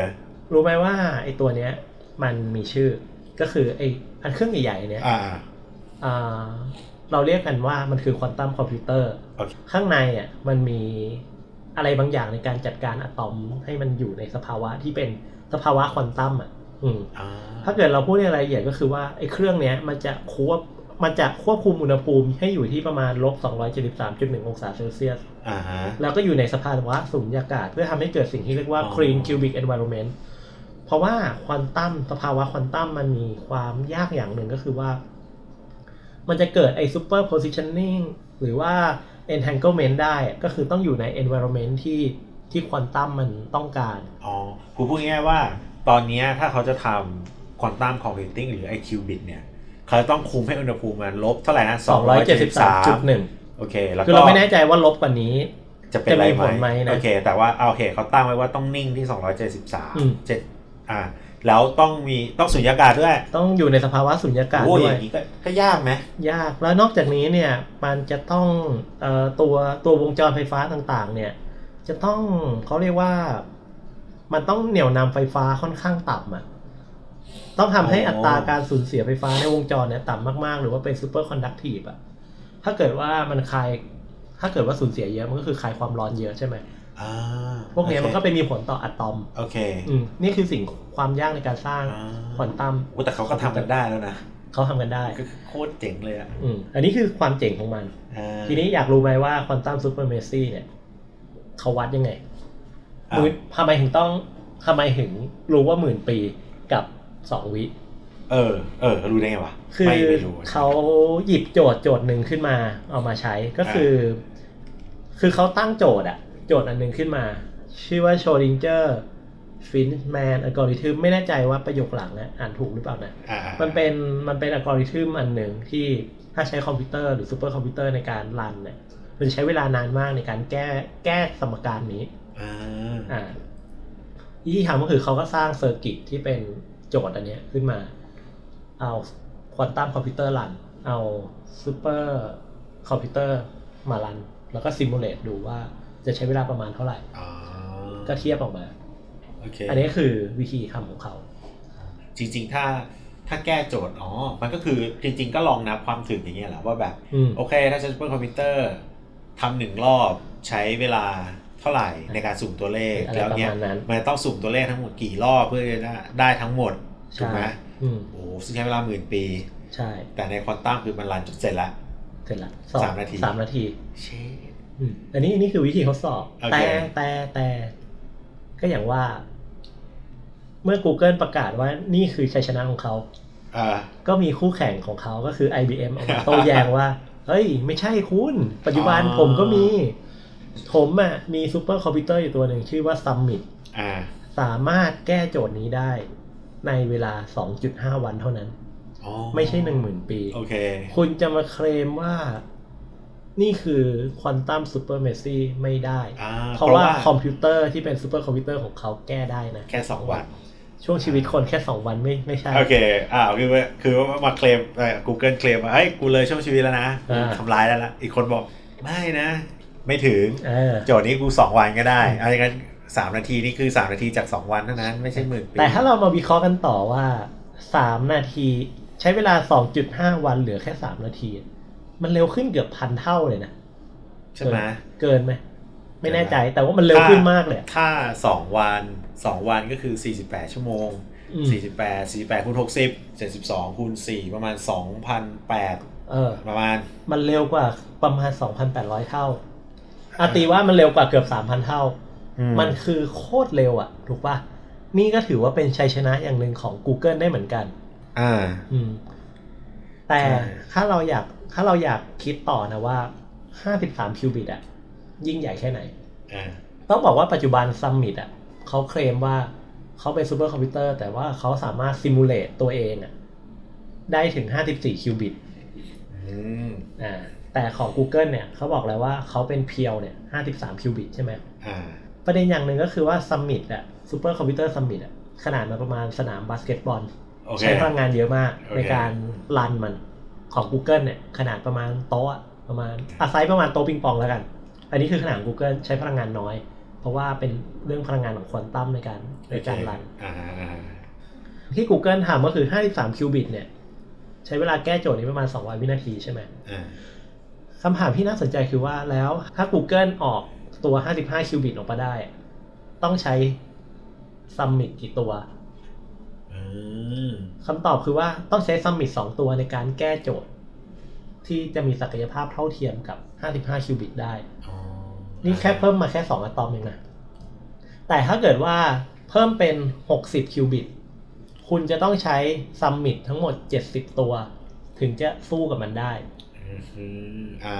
[SPEAKER 1] รู้ไหมว่าไอ้ตัวเนี้ยมันมีชื่อก็คือไอ้อันเครื่องใหญ่ๆเนี้ย
[SPEAKER 2] อ่า
[SPEAKER 1] อ่าเราเรียกกันว่ามันคือควอนตัมคอมพิวเตอร์
[SPEAKER 2] โอเค
[SPEAKER 1] ข้างในอ่ะมันมีอะไรบางอย่างในการจัดการอะตอมให้มันอยู่ในสภาวะที่เป็นสภาวะควอนตัมอ่ะอืม
[SPEAKER 2] อ่า
[SPEAKER 1] ถ้าเกิดเราพูดในรายละเอียดก็คือว่าไอ้เครื่องเนี้ยมันจะควบมันจะควบคุมอุณหภูมิให้อยู่ที่ประมาณลบ273.1 องศาเซลเซียส
[SPEAKER 2] อ่าฮะ
[SPEAKER 1] แล้วก็อยู่ในสภาวะสุญญากาศ เพื่อทำให้เกิดสิ่งที่เรียกว่า
[SPEAKER 2] อ๋อ
[SPEAKER 1] clean cubic environment เพราะว่าควอนตัมสภาวะควอนตัมมันมีความยากอย่างหนึ่งก็คือว่า มันจะเกิดไอ้ super positioning หรือว่า entanglement ได้อะก็คือต้องอยู่ใน environment ที่ ที่ควอนตัมมันต้องการ
[SPEAKER 2] อ๋อกูพูดง่ายๆว่า ตอนเนี้ยถ้าเขาจะทำควอนตัมคอมพิวติ้งหรือไอคิวบิตเนี่ย เขาจะต้องคุมให้อุณหภูมิมันลบเท่าไหร่นะ273
[SPEAKER 1] 273.1
[SPEAKER 2] โอเค แล้ว
[SPEAKER 1] คือ
[SPEAKER 2] ก็
[SPEAKER 1] เราไม่แน่ใจว่าลบกว่านี้
[SPEAKER 2] จะเป็นอะ
[SPEAKER 1] จะ
[SPEAKER 2] ไร
[SPEAKER 1] มีผลไห
[SPEAKER 2] ไห
[SPEAKER 1] ม
[SPEAKER 2] ม
[SPEAKER 1] นะ
[SPEAKER 2] โอเค แต่ว่าเอาโอเคเขาตั้งไว้ว่าต้องนิ่งที่
[SPEAKER 1] อืม
[SPEAKER 2] 273เจ็ดอ่า แล้วต้องมีต้องสุญญากาศด้วย
[SPEAKER 1] ต้องอยู่ในสภาวะสุญญากาศ
[SPEAKER 2] โอ้ย
[SPEAKER 1] ด้วย
[SPEAKER 2] อย่างนี้ก็ก็ยากไหม
[SPEAKER 1] ยากแล้วนอกจากนี้เนี่ยมันจะต้องเอ่อตัวตัววงจรไฟฟ้าต่างๆ เนี่ย จะต้องเขาเรียกว่า มันต้องเหนี่ยวนำไฟฟ้าค่อนข้างต่ำอะต้องทำให้อัตราการสูญเสียไฟฟ้าในวงจรเนี่ยต่ำมากๆ หรือว่าเป็นซูเปอร์คอนดักทีฟอะถ้าเกิดว่ามันคลาย ถ้าเกิดว่าสูญเสียเยอะมันก็คือคลายความร้อนเยอะใช่ไหม
[SPEAKER 2] อ่า
[SPEAKER 1] พวกเนี้ย
[SPEAKER 2] โอค
[SPEAKER 1] มันก็ไปมีผลต่ออะตอม
[SPEAKER 2] โอเค
[SPEAKER 1] อืมนี่คือสิ่งความยากในการสร้าง
[SPEAKER 2] อ่า
[SPEAKER 1] ควอนตัม
[SPEAKER 2] โอ้แต่เขาก็ทำกันได้แล้วนะ
[SPEAKER 1] เขาทำกันได้
[SPEAKER 2] ก็คือโคตรเจ๋งเลยอ่ะ
[SPEAKER 1] อืมอันนี้คือความเจ๋งของมัน
[SPEAKER 2] อ่า
[SPEAKER 1] ทีนี้อยากรู้ไหมว่าควอนตัมซูเปอร์เมซี่เนี่ยเขาวัดยังไง
[SPEAKER 2] อ่ะ
[SPEAKER 1] หมื่นทำไมถึงต้องทำไมถึงรู้ว่าหมื่นปีกับสองวิ
[SPEAKER 2] เออ เออ รู้ได้ไงวะ
[SPEAKER 1] คือ
[SPEAKER 2] ไม่ไม่รู้
[SPEAKER 1] เขาหยิบโจทย์โจทย์หนึ่งขึ้นมาเอามาใช้ก็คือ คือเขาตั้งโจทย์อะโจทย์อันหนึ่งขึ้นมา ชื่อว่าโชดิงเจอร์ฟินแมนอัลกอริทึมไม่แน่ใจว่าประโยคหลังนะอ่านถูกหรือเปล่านะ
[SPEAKER 2] อ่า
[SPEAKER 1] มันเป็นมันเป็นอัลกอริทึมอันหนึ่งที่ถ้าใช้คอมพิวเตอร์หรือซูเปอร์คอมพิวเตอร์ในการรันเนี่ยมันจะใช้เวลานานมากในการแก้แก้สมการนี้
[SPEAKER 2] อ่า
[SPEAKER 1] อ่าวิธีทำก็คือเขาก็สร้างเซอร์กิตที่เป็นโจทย์อันเนี้ยขึ้นมา เอาควอนตัมคอมพิวเตอร์รัน เอาซูเปอร์คอมพิวเตอร์มารัน แล้วก็ซิมูเลตดูว่าจะใช้เวลาประมาณเท่าไหร่
[SPEAKER 2] อ๋อ
[SPEAKER 1] ก็เทียบออกมา
[SPEAKER 2] โอเค
[SPEAKER 1] อันนี้คือวิธีทำของเขา
[SPEAKER 2] จริงๆ ถ้าถ้าแก้โจทย์ อ๋อ มันก็คือจริง ๆ ก็ลองนับความถึงอย่างเงี้ยแหละว่าแบบ
[SPEAKER 1] อืม
[SPEAKER 2] โอเค ถ้าใช้ซูเปอร์คอมพิวเตอร์ทำหนึ่งรอบใช้เวลาเท่าไหร่ในการสุ่มตัวเลข
[SPEAKER 1] อะไร
[SPEAKER 2] แล้วเนี้ย
[SPEAKER 1] ประมาณนั้น
[SPEAKER 2] มันต้องสุ่มตัวเลขทั้งหมดกี่รอบเพื่อจะได้ได้ทั้งหมด ถูกไหม
[SPEAKER 1] อืม
[SPEAKER 2] โอ้ซึ่งใช้เวลาหมื่นปี
[SPEAKER 1] ใช่
[SPEAKER 2] แต่ในควอนตัมคือมันรันจนเสร็จละ
[SPEAKER 1] เสร็จละ
[SPEAKER 2] สามนาที
[SPEAKER 1] สามนาที
[SPEAKER 2] เช่
[SPEAKER 1] อืมอันนี้อันนี้คือวิธีทดสอบ
[SPEAKER 2] โอเค
[SPEAKER 1] แต่แต่แต่ ก็อย่างว่า เมื่อ Google ประกาศว่านี่คือชัยชนะของเขา
[SPEAKER 2] อ่า
[SPEAKER 1] ก็มีคู่แข่งของเขาก็คือ IBM ออกมาโต้แย้งว่า เฮ้ย ไม่ใช่คุณ ปัจจุบัน
[SPEAKER 2] อ๋อ
[SPEAKER 1] ผมก็มี ผมอ่ะ มีซูเปอร์คอมพิวเตอร์อยู่ตัวหนึ่งชื่อว่า Summit
[SPEAKER 2] อ่า
[SPEAKER 1] สามารถแก้โจทย์นี้ได้ ในเวลา 2.5 วันเท่านั้น
[SPEAKER 2] อ๋อ
[SPEAKER 1] ไม่ใช่ 10,000 ปี
[SPEAKER 2] โอเค
[SPEAKER 1] คุณจะมาเคลมว่า นี่คือควอนตัมซูเปอร์เมซี่ไม่ได้
[SPEAKER 2] อ่า
[SPEAKER 1] เพราะว่าคอมพิวเตอร์ที่เป็นซูเปอร์คอมพิวเตอร์ของเขาแก้ได้นะ
[SPEAKER 2] แค่สองวัน
[SPEAKER 1] ช่วงชีวิตคนแค่ 2 วันไม่ไม่ใช่
[SPEAKER 2] โอเค อ่า คือว่าคือว่ามาเคลมเอ่อ Google เคลมว่าเฮ้ย กูเลยช่วงชีวิตแล้วนะ
[SPEAKER 1] อ่า
[SPEAKER 2] ทำร้ายแล้วละ อีกคนบอก ไม่นะ ไม่ถึง
[SPEAKER 1] เออ
[SPEAKER 2] โจทย์นี้กู 2 วันก็ได้
[SPEAKER 1] อืม
[SPEAKER 2] อะไรงั้นสามนาทีนี่คือ 3 นาทีจาก 2 วันเท่านั้น ไม่ใช่หมื่นปี
[SPEAKER 1] แต่ถ้าเรามาวิเคราะห์กันต่อว่า 3 นาที ใช้เวลา 2.5 วันเหลือแค่ 3 นาที มันเร็วขึ้นเกือบพันเท่าเลยนะ
[SPEAKER 2] ใช่ไหม
[SPEAKER 1] เกินไหมไม่แน่ใจแต่ว่ามันเร็วขึ้นมากเลยอะ
[SPEAKER 2] ถ้า 2 วัน 2 วันก็คือ 48 ชั่วโมง
[SPEAKER 1] อืม
[SPEAKER 2] 48 48คูณ60 72คูณ4ประมาณ 2,008
[SPEAKER 1] เออ
[SPEAKER 2] ประมาณ
[SPEAKER 1] มันเร็วกว่าประมาณ 2,800 เท่าอาตีว่ามันเร็วกว่าเกือบ 3,000 เท่า
[SPEAKER 2] อืม
[SPEAKER 1] มันคือโคตรเร็วอะถูกปะนี่ก็ถือว่าเป็นชัยชนะอย่างหนึ่งของ Google ได้เหมือนกัน
[SPEAKER 2] อ่า
[SPEAKER 1] อืม แต่
[SPEAKER 2] ใช่
[SPEAKER 1] ถ้าเราอยากถ้าเราอยากคิดต่อนะว่า 53 คิวบิตอะยิ่งใหญ่แค่ไหน
[SPEAKER 2] อ่า
[SPEAKER 1] ต้องบอกว่าปัจจุบันซัมมิตอะเขาเคลมว่าเขาเป็นซูเปอร์คอมพิวเตอร์แต่ว่าเขาสามารถซิมูเลตตัวเองอะได้ถึง 54 คิวบิต
[SPEAKER 2] อืม
[SPEAKER 1] อ่าแต่ของ Google เนี่ยเขาบอกแล้วว่าเขาเป็นเพียวเนี่ย 53 คิวบิตใช่ไหม
[SPEAKER 2] อ่า
[SPEAKER 1] ประเด็นอย่างหนึ่งก็คือว่า Summit อะซูเปอร์คอมพิวเตอร์ Summit อะขนาดมันประมาณสนามบาสเกตบอล
[SPEAKER 2] โอเค
[SPEAKER 1] ใช้พลังงานเยอะมาก
[SPEAKER 2] โอเค
[SPEAKER 1] ในการรันมันของ Google เนี่ย ขนาดประมาณโต๊ะอะประมาณอาไซส์ประมาณโต๊ะปิงปองแล้วกัน อันนี้คือขนาดของ Google ใช้พลังงานน้อย เพราะว่าเป็นเรื่องพลังงานของควอนตัมในการในการรัน
[SPEAKER 2] อ่าอ่า
[SPEAKER 1] ที่ Google ทำก็คือ 53 คิวบิตเนี่ยใช้เวลาแก้โจทย์นี้ประมาณ 200 วินาทีใช่ไหม
[SPEAKER 2] อ่า
[SPEAKER 1] คำถามที่น่าสนใจคือว่าแล้วถ้า Google ออกตัว 55 คิวบิตออกมาได้ ต้องใช้ Summit กี่ตัว
[SPEAKER 2] อืม
[SPEAKER 1] คำตอบคือว่าต้องใช้ Summit 2 ตัวในการแก้โจทย์ ที่จะมีศักยภาพเท่าเทียมกับ 55 คิวบิตได้
[SPEAKER 2] อ๋อ
[SPEAKER 1] นี่แค่เพิ่มมาแค่ 2อะตอมเองนะ แต่ถ้าเกิดว่าเพิ่มเป็น 60 คิวบิต คุณจะต้องใช้ Summit ทั้งหมด 70 ตัว ถึงจะสู้กับมันได้
[SPEAKER 2] อืมอืมอ่า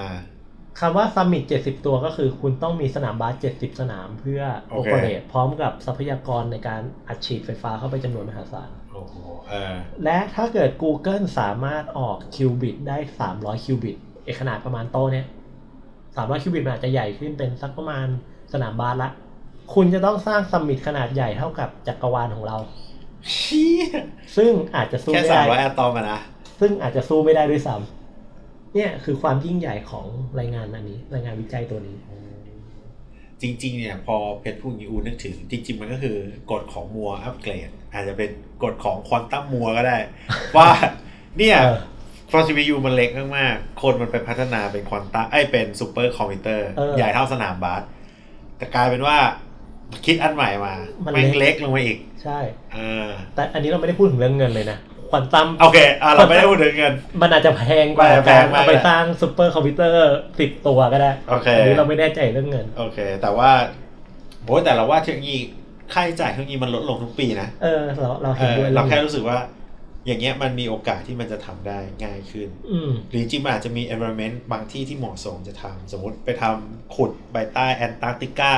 [SPEAKER 1] คำว่า Summit 70 ตัวก็คือคุณต้องมีสนามบาส70 สนามเพื่อ
[SPEAKER 2] โอ
[SPEAKER 1] โอ
[SPEAKER 2] เค
[SPEAKER 1] เปเรตพร้อมกับทรัพยากรในการอัดฉีดไฟฟ้าเข้าไปจำนวนมหาศาล
[SPEAKER 2] โอ้โหเออ
[SPEAKER 1] และถ้าเกิด Google สามารถออกคิวบิตได้ 300 คิวบิตเอกขนาดประมาณโตะเนี่ย 300 คิวบิตมันอาจจะใหญ่ขึ้นเป็นสักประมาณสนามบาสละ คุณจะต้องสร้างซัมมิตขนาดใหญ่เท่ากับจักรวาลของเรา
[SPEAKER 2] เชี่ย
[SPEAKER 1] ซึ่งอาจจะสู้
[SPEAKER 2] แค่
[SPEAKER 1] ไม่
[SPEAKER 2] สาม
[SPEAKER 1] ได้
[SPEAKER 2] ร้อยอะตอมอะนะ
[SPEAKER 1] ซึ่งอาจจะสู้ไม่ได้ด้วยซ้ำเนี่ยคือความยิ่งใหญ่ของรายงานอันนี้ รายงานวิจัยตัวนี้
[SPEAKER 2] จริง ๆ เนี่ย พอเพชรพูดอย่างนี้อูนึกถึง จริง ๆ มันก็คือกฎของมัวอัปเกรด อาจจะเป็นกฎของควอนตัมมัวก็ ได้ ว่า เนี่ย
[SPEAKER 1] เออ
[SPEAKER 2] ฟอสซิบิยูมันเล็กมากๆ คนมันไปพัฒนาเป็นควอนตัมไอ้ยเป็นซูเปอร์คอมพิวเตอร์
[SPEAKER 1] เออ
[SPEAKER 2] ใหญ่เท่าสนามบาสแต่กลายเป็นว่า คิดอันใหม่มา
[SPEAKER 1] มั
[SPEAKER 2] มัน
[SPEAKER 1] น
[SPEAKER 2] เล็ก
[SPEAKER 1] เล็
[SPEAKER 2] เล็ก
[SPEAKER 1] ก
[SPEAKER 2] ลงมาอีก
[SPEAKER 1] ใช่
[SPEAKER 2] เออ
[SPEAKER 1] แต่อันนี้เราไม่ได้พูดถึงเรื่องเงินเลยนะควอนตัม
[SPEAKER 2] โอเคอ่ะเราไม่ได้พูดถึงเงิน
[SPEAKER 1] มันอาจจะแพงกว่า
[SPEAKER 2] มันอาจจะแพ
[SPEAKER 1] กาง ร
[SPEAKER 2] มาก
[SPEAKER 1] เอาไปสร้างซูเปอร์คอมพิวเตอร์สิบตัวก็ได้
[SPEAKER 2] โอเค
[SPEAKER 1] นนี้เราไม่แน่ใจเรื่องเงิน
[SPEAKER 2] โอเค แต่ว่าโอ้ยแต่เราว่าเทคโนโลยีค่าใช้จ่ายเทคโนโลยีมันลดลงทุกปีนะ
[SPEAKER 1] เออ เราเรา
[SPEAKER 2] เอ
[SPEAKER 1] เห็น
[SPEAKER 2] อ
[SPEAKER 1] ด้วย
[SPEAKER 2] เราแค่
[SPEAKER 1] องนี้
[SPEAKER 2] รู้สึกว่า อย่างเงี้ยมันมีโอกาสที่มันจะทำได้ง่ายขึ้น
[SPEAKER 1] อืม
[SPEAKER 2] หรือจริงๆมันอาจจะมี environment บางที่ที่เหมาะสมจะทำสมมติไปทำขุดไปใต้แอนตาร์กติกา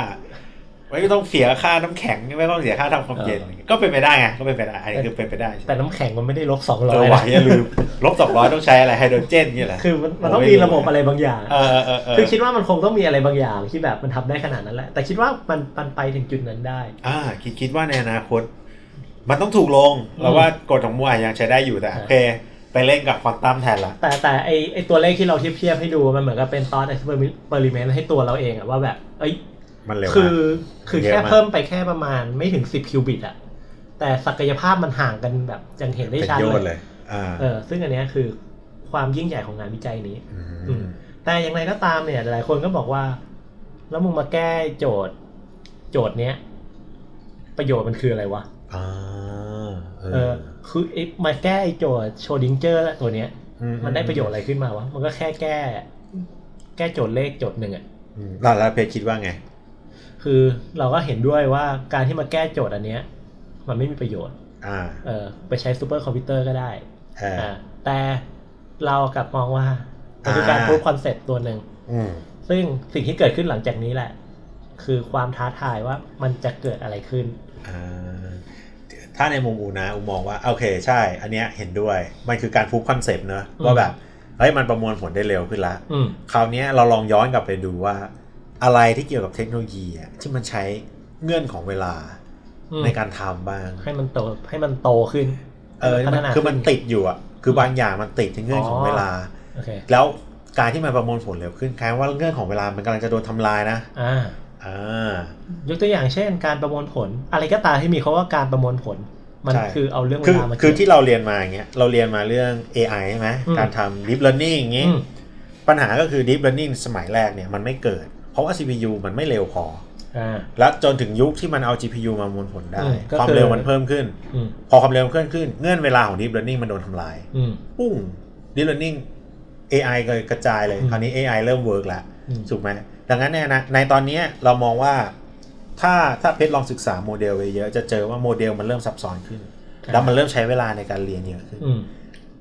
[SPEAKER 2] ไม่ต้องเสียค่าน้ำแข็งไม่ต้องเสียค่าทำความเย็น
[SPEAKER 1] เออ
[SPEAKER 2] ก็เป็นไปได้ไงก็เป็นไปได้อันนี้คือเป็นไปได้ใช่ไหม
[SPEAKER 1] แต่น้ำแข็งมันไม่ได้ลบสองร้
[SPEAKER 2] เอ
[SPEAKER 1] อ
[SPEAKER 2] อย ว่ะอย่าลืมลบสองร้อยต้องใช้อะไรไฮโดรเจนนี่แหละ
[SPEAKER 1] คือมันมันต้องมีระบบอะไรบางอย่าง
[SPEAKER 2] เออเออเออเออ
[SPEAKER 1] คือคิดว่ามันคงต้องมีอะไรบางอย่างที่แบบมันทำได้ขนาดนั้นแหละ แต่คิดว่ามันมันไปถึงจุดนั้นได้
[SPEAKER 2] อ่าคิดคิดว่าในอนาคต มันต้องถูกลงเราว่ากฎของมัวอาจยังใช้ได้อยู่แต่โอเค ไปเล่นกับควอนตัมแทนละ
[SPEAKER 1] แต่แต่ไอไอตัวเลขที่เราเทียบเทียบให้ดูมันเหมือนกับเป็นตอนเอ็กซ์เพร์เมนต์ให้ตัวเราเองอะว่าแบบเอ้ย
[SPEAKER 2] มันเร็วมาก
[SPEAKER 1] คือคือ
[SPEAKER 2] เยอะ
[SPEAKER 1] แค่
[SPEAKER 2] มาก
[SPEAKER 1] เพิ่มไปแค่ประมาณไม่ถึงสิบคิวบิตอะแต่ศักยภาพมันห่างกันแบบยังเห็นได้
[SPEAKER 2] เป็น
[SPEAKER 1] ชัด
[SPEAKER 2] โย
[SPEAKER 1] เล
[SPEAKER 2] น
[SPEAKER 1] ย
[SPEAKER 2] เลยอ่า
[SPEAKER 1] เออซึ่งอันเนี้ยคือความยิ่งใหญ่ของงานวิจัยนี้
[SPEAKER 2] อืม
[SPEAKER 1] อืม แต่อย่างไรก็ตามเนี่ยหลายๆคนก็บอกว่า แล้วมึงมาแก้โจทย์ โจทย์เนี้ย ประโยชน์มันคืออะไรวะ
[SPEAKER 2] อ่าเอ
[SPEAKER 1] เออ คือไอ้มาแก้ไอ้โจทย์โชดิงเจอร์ตัวเนี้ย มันได้ประโยชน์อะไรขึ้นมาวะ มันก็แค่แก้ แก้โจทย์เลขโจทย์หนึ่งอะ
[SPEAKER 2] อืมแล้วแล้วเพจคิดว่าไง
[SPEAKER 1] คือเราก็เห็นด้วยว่าการที่มาแก้โจทย์อันเนี้ย มันไม่มีประโยชน์
[SPEAKER 2] อ่า
[SPEAKER 1] เออ ไปใช้ซูเปอร์คอมพิวเตอร์ก็ได้
[SPEAKER 2] เอออ
[SPEAKER 1] อ่าแต่เรากลับมองว่ามันคือการ
[SPEAKER 2] อ่า
[SPEAKER 1] พูดคอนเซ็ปต์ตัวหนึ่ง
[SPEAKER 2] อืม
[SPEAKER 1] ซึ่งสิ่งที่เกิดขึ้นหลังจากนี้แหละ คือความท้าทายว่ามันจะเกิดอะไรขึ้น
[SPEAKER 2] อ่าถ้าในมุมอูนะอูมองว่า โอเคใช่ อันเนี้ยเห็นด้วย มันคือการฟูบคอนเซปต์เนอะ
[SPEAKER 1] อืม
[SPEAKER 2] ว่าแบบ เฮ้ย มันประมวลผลได้เร็วขึ้นละ
[SPEAKER 1] อืม
[SPEAKER 2] คราวเนี้ยเราลองย้อนกลับไปดูว่า อะไรที่เกี่ยวกับเทคโนโลยีอะที่มันใช้เงื่อนของเวลา
[SPEAKER 1] อืม
[SPEAKER 2] ในการทำบ้าง
[SPEAKER 1] ให้มันโตให้มันโตขึ้น
[SPEAKER 2] เออ
[SPEAKER 1] พัฒนา
[SPEAKER 2] คือมัน
[SPEAKER 1] ขึ้
[SPEAKER 2] ติดอยู่อ่ะ คือบางอย่างมันติดในเงื่อนของเวลา
[SPEAKER 1] โอเค
[SPEAKER 2] แล้วการที่มันประมวลผลเร็วขึ้นคล้ายว่าเงื่อนของเวลามันกำลังจะโดนทำลายนะ
[SPEAKER 1] อ่า
[SPEAKER 2] อ่า
[SPEAKER 1] ยกตัวอย่างเช่น การประมวลผล อะไรก็ตามที่มีคาว่าการประมวลผล มัน
[SPEAKER 2] ใช่
[SPEAKER 1] คือเอาเรื่องเว
[SPEAKER 2] คือ
[SPEAKER 1] ลามา
[SPEAKER 2] คื
[SPEAKER 1] เกี่ย
[SPEAKER 2] อ
[SPEAKER 1] ว
[SPEAKER 2] ที่เราเรียนมาอย่างเงี้ย เราเรียนมาเรื่อง AI ใช่ไหม
[SPEAKER 1] อืม
[SPEAKER 2] การทำ deep learning อย่างงี้
[SPEAKER 1] อืม
[SPEAKER 2] ปัญหาก็คือ deep learning สมัยแรกเนี่ยมันไม่เกิด เพราะว่า CPU มันไม่เร็วพอ
[SPEAKER 1] อ่า
[SPEAKER 2] และจนถึงยุคที่มันเอา GPU มาประมวลผลได้
[SPEAKER 1] อืมก็คือ
[SPEAKER 2] ความเร็วมันเพิ่มขึ้น
[SPEAKER 1] อืม
[SPEAKER 2] พอความเร็วมันเพิ่มขึ้น เงื่อนเวลาของ deep learning มันโดนทำลาย
[SPEAKER 1] อืม
[SPEAKER 2] ปุ้ง deep learning AI ก็กระจายเลย
[SPEAKER 1] อืม
[SPEAKER 2] คราวนี้ AI เริ่ม work แล้ว
[SPEAKER 1] อืม
[SPEAKER 2] ถูกไหมดังนั้นเนี่ยนะในตอนเนี้ยเรามองว่า ถ้าถ้าเพชรลองศึกษาโมเดลไปเยอะจะเจอว่าโมเดลมันเริ่มซับซ้อนขึ้น แล้วมันเริ่มใช้เวลาในการเรียนเยอะขึ้น
[SPEAKER 1] อืม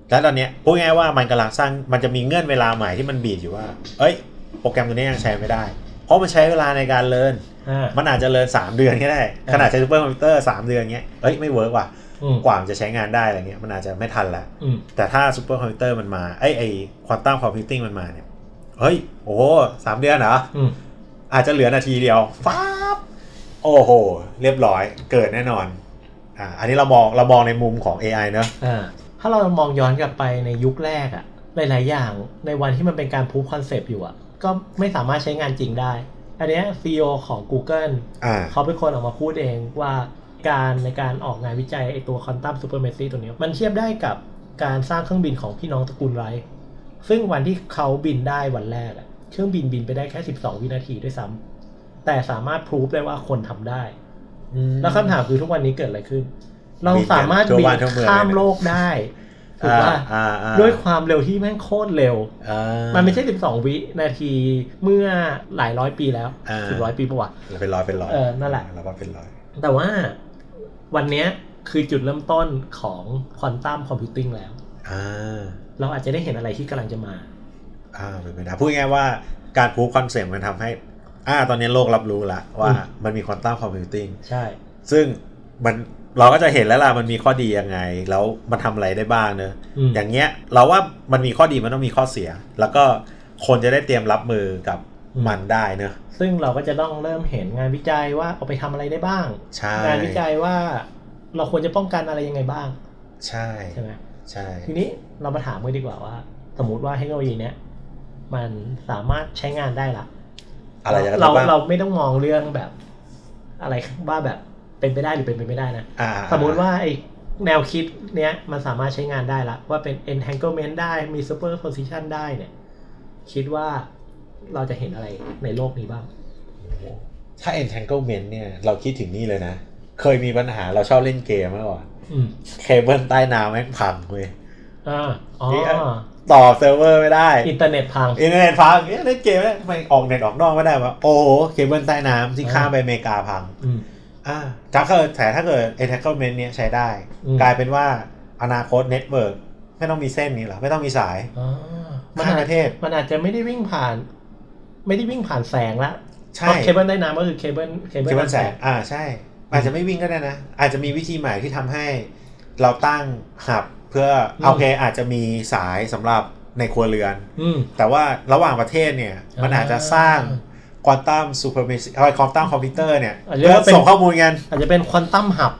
[SPEAKER 2] แล้วตอนเนี้ยพูดง่ายๆว่ามันกำลังสร้างมันจะมีเงื่อนเวลาใหม่ที่มันบีบอยู่ว่า เอ้ย โปรแกรมตัวนี้ยังใช้ไม่ได้ เพราะมันใช้เวลาในการเรียน
[SPEAKER 1] อ่า
[SPEAKER 2] มันอาจจะเรียน3 เดือนก็ได้ขนาดใช้ซูเปอร์คอมพิวเตอร์3เดือนเงี้ยเอ้ยไม่เวิร์กว่ะ
[SPEAKER 1] อืม
[SPEAKER 2] กว่ามันจะใช้งานได้อะไรเงี้ยมันอาจจะไม่ทันละ
[SPEAKER 1] อืม
[SPEAKER 2] แต่ถ้าซูเปอร์คอมพิวเตอร์มันมาไอ้ยไอ้ควอนตัมคอมพิวติ้งมันมาเนี่ยเฮ้ยโอ้โหสามเดือนเหรอ
[SPEAKER 1] อืม
[SPEAKER 2] อาจจะเหลือนาทีเดียวฟ้าบโอ้โห เรียบร้อย เกิดแน่นอน อ่า อันนี้เรามองเรามองในมุมของ AI เนอะ
[SPEAKER 1] อ่า ถ้าเรามองย้อนกลับไปในยุคแรกอะหลายๆอย่างในวันที่มันเป็นการพูดคอนเซปต์อยู่อะก็ไม่สามารถใช้งานจริงได้ อันเนี้ย CEO ของ Google
[SPEAKER 2] อ่า
[SPEAKER 1] เขาเป็นคนออกมาพูดเองว่าการในการออกงานวิจัยไอตัวคอนตัมซูเปอร์เมซี่ตัวเนี้ยมันเทียบได้กับการสร้างเครื่องบินของพี่น้องตระกูลไรท์ซึ่งวันที่เขาบินได้วันแรกอะเครื่องบินบินไปได้แค่ 12 วินาทีด้วยซ้ำแต่สามารถพรูฟได้ว่าคนทำได้ แล้วคำถามคือทุกวันนี้เกิดอะไรขึ้น เราสามารถ
[SPEAKER 2] ทั่ว
[SPEAKER 1] บิน
[SPEAKER 2] บ้านทั่วเมืองเลยนะ
[SPEAKER 1] ข้ามโลกได้ถูก
[SPEAKER 2] อ่า
[SPEAKER 1] ปะ
[SPEAKER 2] อ่าอ่า
[SPEAKER 1] ด้วยความเร็วที่แม่งโคตรเร็ว
[SPEAKER 2] อ่า
[SPEAKER 1] มันไม่ใช่ 12 วินาทีเมื่อหลายร้อยปีแล้ว
[SPEAKER 2] อ่า
[SPEAKER 1] ถึงร้อยปีปะวะ
[SPEAKER 2] เป็นร้อยเป็นร้อย
[SPEAKER 1] เออนั่นแหละ
[SPEAKER 2] เราว่าเป็นร้อย
[SPEAKER 1] แต่ว่าวันเนี้ยคือจุดเริ่มต้นของควอนตัมคอมพิวติ้งแล้ว
[SPEAKER 2] อ่า
[SPEAKER 1] เราอาจจะได้เห็นอะไรที่กำลังจะมา
[SPEAKER 2] อ่าเป็นไปได้พูดง่ายๆว่าการพูดคอนเซ็ปต์มันทำให้ อ่า ตอนนี้โลกรับรู้ละว่า
[SPEAKER 1] อืม
[SPEAKER 2] มันมีควอนตัมคอมพิวติ้ง
[SPEAKER 1] ใช่
[SPEAKER 2] ซึ่งมันเราก็จะเห็นแล้วล่ะมันมีข้อดียังไง แล้วมันทำอะไรได้บ้างเนอะ
[SPEAKER 1] ม
[SPEAKER 2] อย่างเงี้ย เราว่ามันมีข้อดีมันต้องมีข้อเสีย แล้วก็คนจะได้เตรียมรับมือกับมันได้เนอะ
[SPEAKER 1] ซึ่งเราก็จะต้องเริ่มเห็นงานวิจัยว่าเอาไปทำอะไรได้บ้าง
[SPEAKER 2] ใช่
[SPEAKER 1] งานวิจัยว่าเราควรจะป้องกันอะไรยังไงบ้าง
[SPEAKER 2] ใช่
[SPEAKER 1] ใช่ไหม
[SPEAKER 2] ใช่
[SPEAKER 1] ทีนี้เรามาถามกันดีกว่าว่า สมมติว่าเทคโนโลยีเนี้ยมันสามารถใช้งานได้ละ
[SPEAKER 2] อะไรอย่าง
[SPEAKER 1] เรา
[SPEAKER 2] บ้าง
[SPEAKER 1] เราไม่ต้องมองเรื่องแบบ อะไรว่าแบบเป็นไปได้หรือเป็นไปไม่ได้นะ
[SPEAKER 2] อ่า
[SPEAKER 1] สมมุติว่าไอแนวคิดเนี้ยมันสามารถใช้งานได้ละว่าเป็น entanglement ได้มี superposition ได้เนี่ย คิดว่าเราจะเห็นอะไรในโลกนี้บ้าง
[SPEAKER 2] ถ้า entanglement เนี่ยเราคิดถึงนี่เลยนะ เคยมีปัญหาเราชอบเล่นเกมเมื่อก่อน
[SPEAKER 1] อืม
[SPEAKER 2] เคเบิลใต้น้ำแม่งพังเว้ย
[SPEAKER 1] อ่าอ๋อ
[SPEAKER 2] นี่อ่ะ ต่อเซิร์ฟเวอร์ไม่ได้
[SPEAKER 1] อินเทอร์เน็ตพัง
[SPEAKER 2] อินเทอร์เน็ตพังเอ๊ะเล่นเกมเนี่ยทำไมออกเน็ตออกนอกไม่ได้วะโอ้โหเคเบิลใต้น้ำที่
[SPEAKER 1] อ่า
[SPEAKER 2] ข้ามไปอเมริกาพัง
[SPEAKER 1] อืม
[SPEAKER 2] อ่าถ้าเกิดแต่ถ้าเกิด entanglement เนี้ยใช้ได้
[SPEAKER 1] อืม
[SPEAKER 2] กลายเป็นว่าอนาคตเน็ตเวิร์กไม่ต้องมีเส้นนี้เหรอ ไม่ต้องมีสาย
[SPEAKER 1] อ่ามัน
[SPEAKER 2] ข้าม
[SPEAKER 1] อา
[SPEAKER 2] ป
[SPEAKER 1] จ
[SPEAKER 2] ระเทศ
[SPEAKER 1] มันอาจจะไม่ได้วิ่งผ่าน ไม่ได้วิ่งผ่านแสงละเพ
[SPEAKER 2] ใช่
[SPEAKER 1] ราะเคเบิลใต้น้ำก็คือเคเบิลเค
[SPEAKER 2] เค
[SPEAKER 1] เบิ
[SPEAKER 2] เบิ
[SPEAKER 1] ล
[SPEAKER 2] ลแสงอ่าใช่ อาจจะไม่วิ่งก็ได้นะ อาจจะมีวิธีใหม่ที่ทำให้เราตั้งหับเพื่อโอเคอาจจะมีสายสำหรับในครัวเรือน
[SPEAKER 1] อืม
[SPEAKER 2] แต่ว่าระหว่างประเทศเนี่ย มันอาจจะสร้างควอนตัมซูเปอร์เมชควอนตัมคอมพิวเตอร์เนี่ย
[SPEAKER 1] อาจจะ
[SPEAKER 2] เพื่อ
[SPEAKER 1] เป็น
[SPEAKER 2] ส่งข้อมูลกัน
[SPEAKER 1] อาจจะเป็นควอนตัมหับ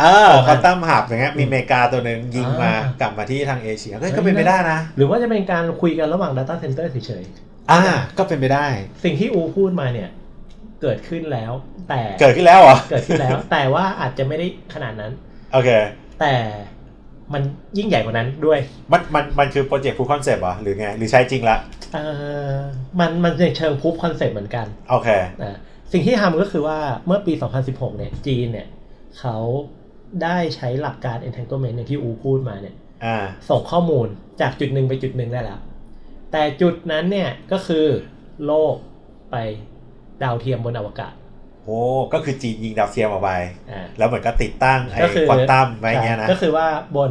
[SPEAKER 2] เออควอนตัมหับอย่างเงี้ยมี
[SPEAKER 1] อืม
[SPEAKER 2] อเมริกาตัวหนึ่งยิงมา
[SPEAKER 1] อ่าก
[SPEAKER 2] กลับมาที่ทางเอเชียเฮ้ย
[SPEAKER 1] เฮ้ย
[SPEAKER 2] ก็เป็นไปได้นะ
[SPEAKER 1] หรือว่าจะเป็นการคุยกันระหว่าง Data Center เฉย
[SPEAKER 2] อ่าก็เป็นไปได้
[SPEAKER 1] ๆสิ่งที่อูพูดมาเนี่ย เกิดขึ้นแล้วแต่
[SPEAKER 2] เกิดขึ้นแล้วเหรอ
[SPEAKER 1] เกิดขึ้นแล้ว แต่ว่าอาจจะไม่ได้ขนาดนั้น
[SPEAKER 2] โอเค
[SPEAKER 1] แต่มันยิ่งใหญ่กว่านั้นด้วย
[SPEAKER 2] มันมันมันคือโปรเจกต์ฟูคอนเซปต์เหรอหรือไง หรือใช้จริงละ
[SPEAKER 1] เออมันมันในเชิงพูฟคอนเซ็ปต์เหมือนกัน
[SPEAKER 2] โอเค
[SPEAKER 1] อ่ะสิ่งที่ทำก็คือว่าเมื่อปี 2016 เนี่ยจีนเนี่ยเขาได้ใช้หลักการ entanglement อย่างที่อูพูดมาเนี่ย
[SPEAKER 2] อ่า
[SPEAKER 1] ส่งข้อมูลจากจุดหนึ่งไปจุดหนึ่งได้แล้ว แต่จุดนั้นเนี่ยก็คือโลกไปดาวเทียมบนอวกาศ
[SPEAKER 2] โอ้ก็คือจีนยิงดาวเทียมออกไป
[SPEAKER 1] อ่า
[SPEAKER 2] แล้วเหมือนก็ติดตั้งไอ้
[SPEAKER 1] ก็คือ
[SPEAKER 2] ควอนตัมไว้อย่างเงี้ยนะ
[SPEAKER 1] ก็คือว่าบน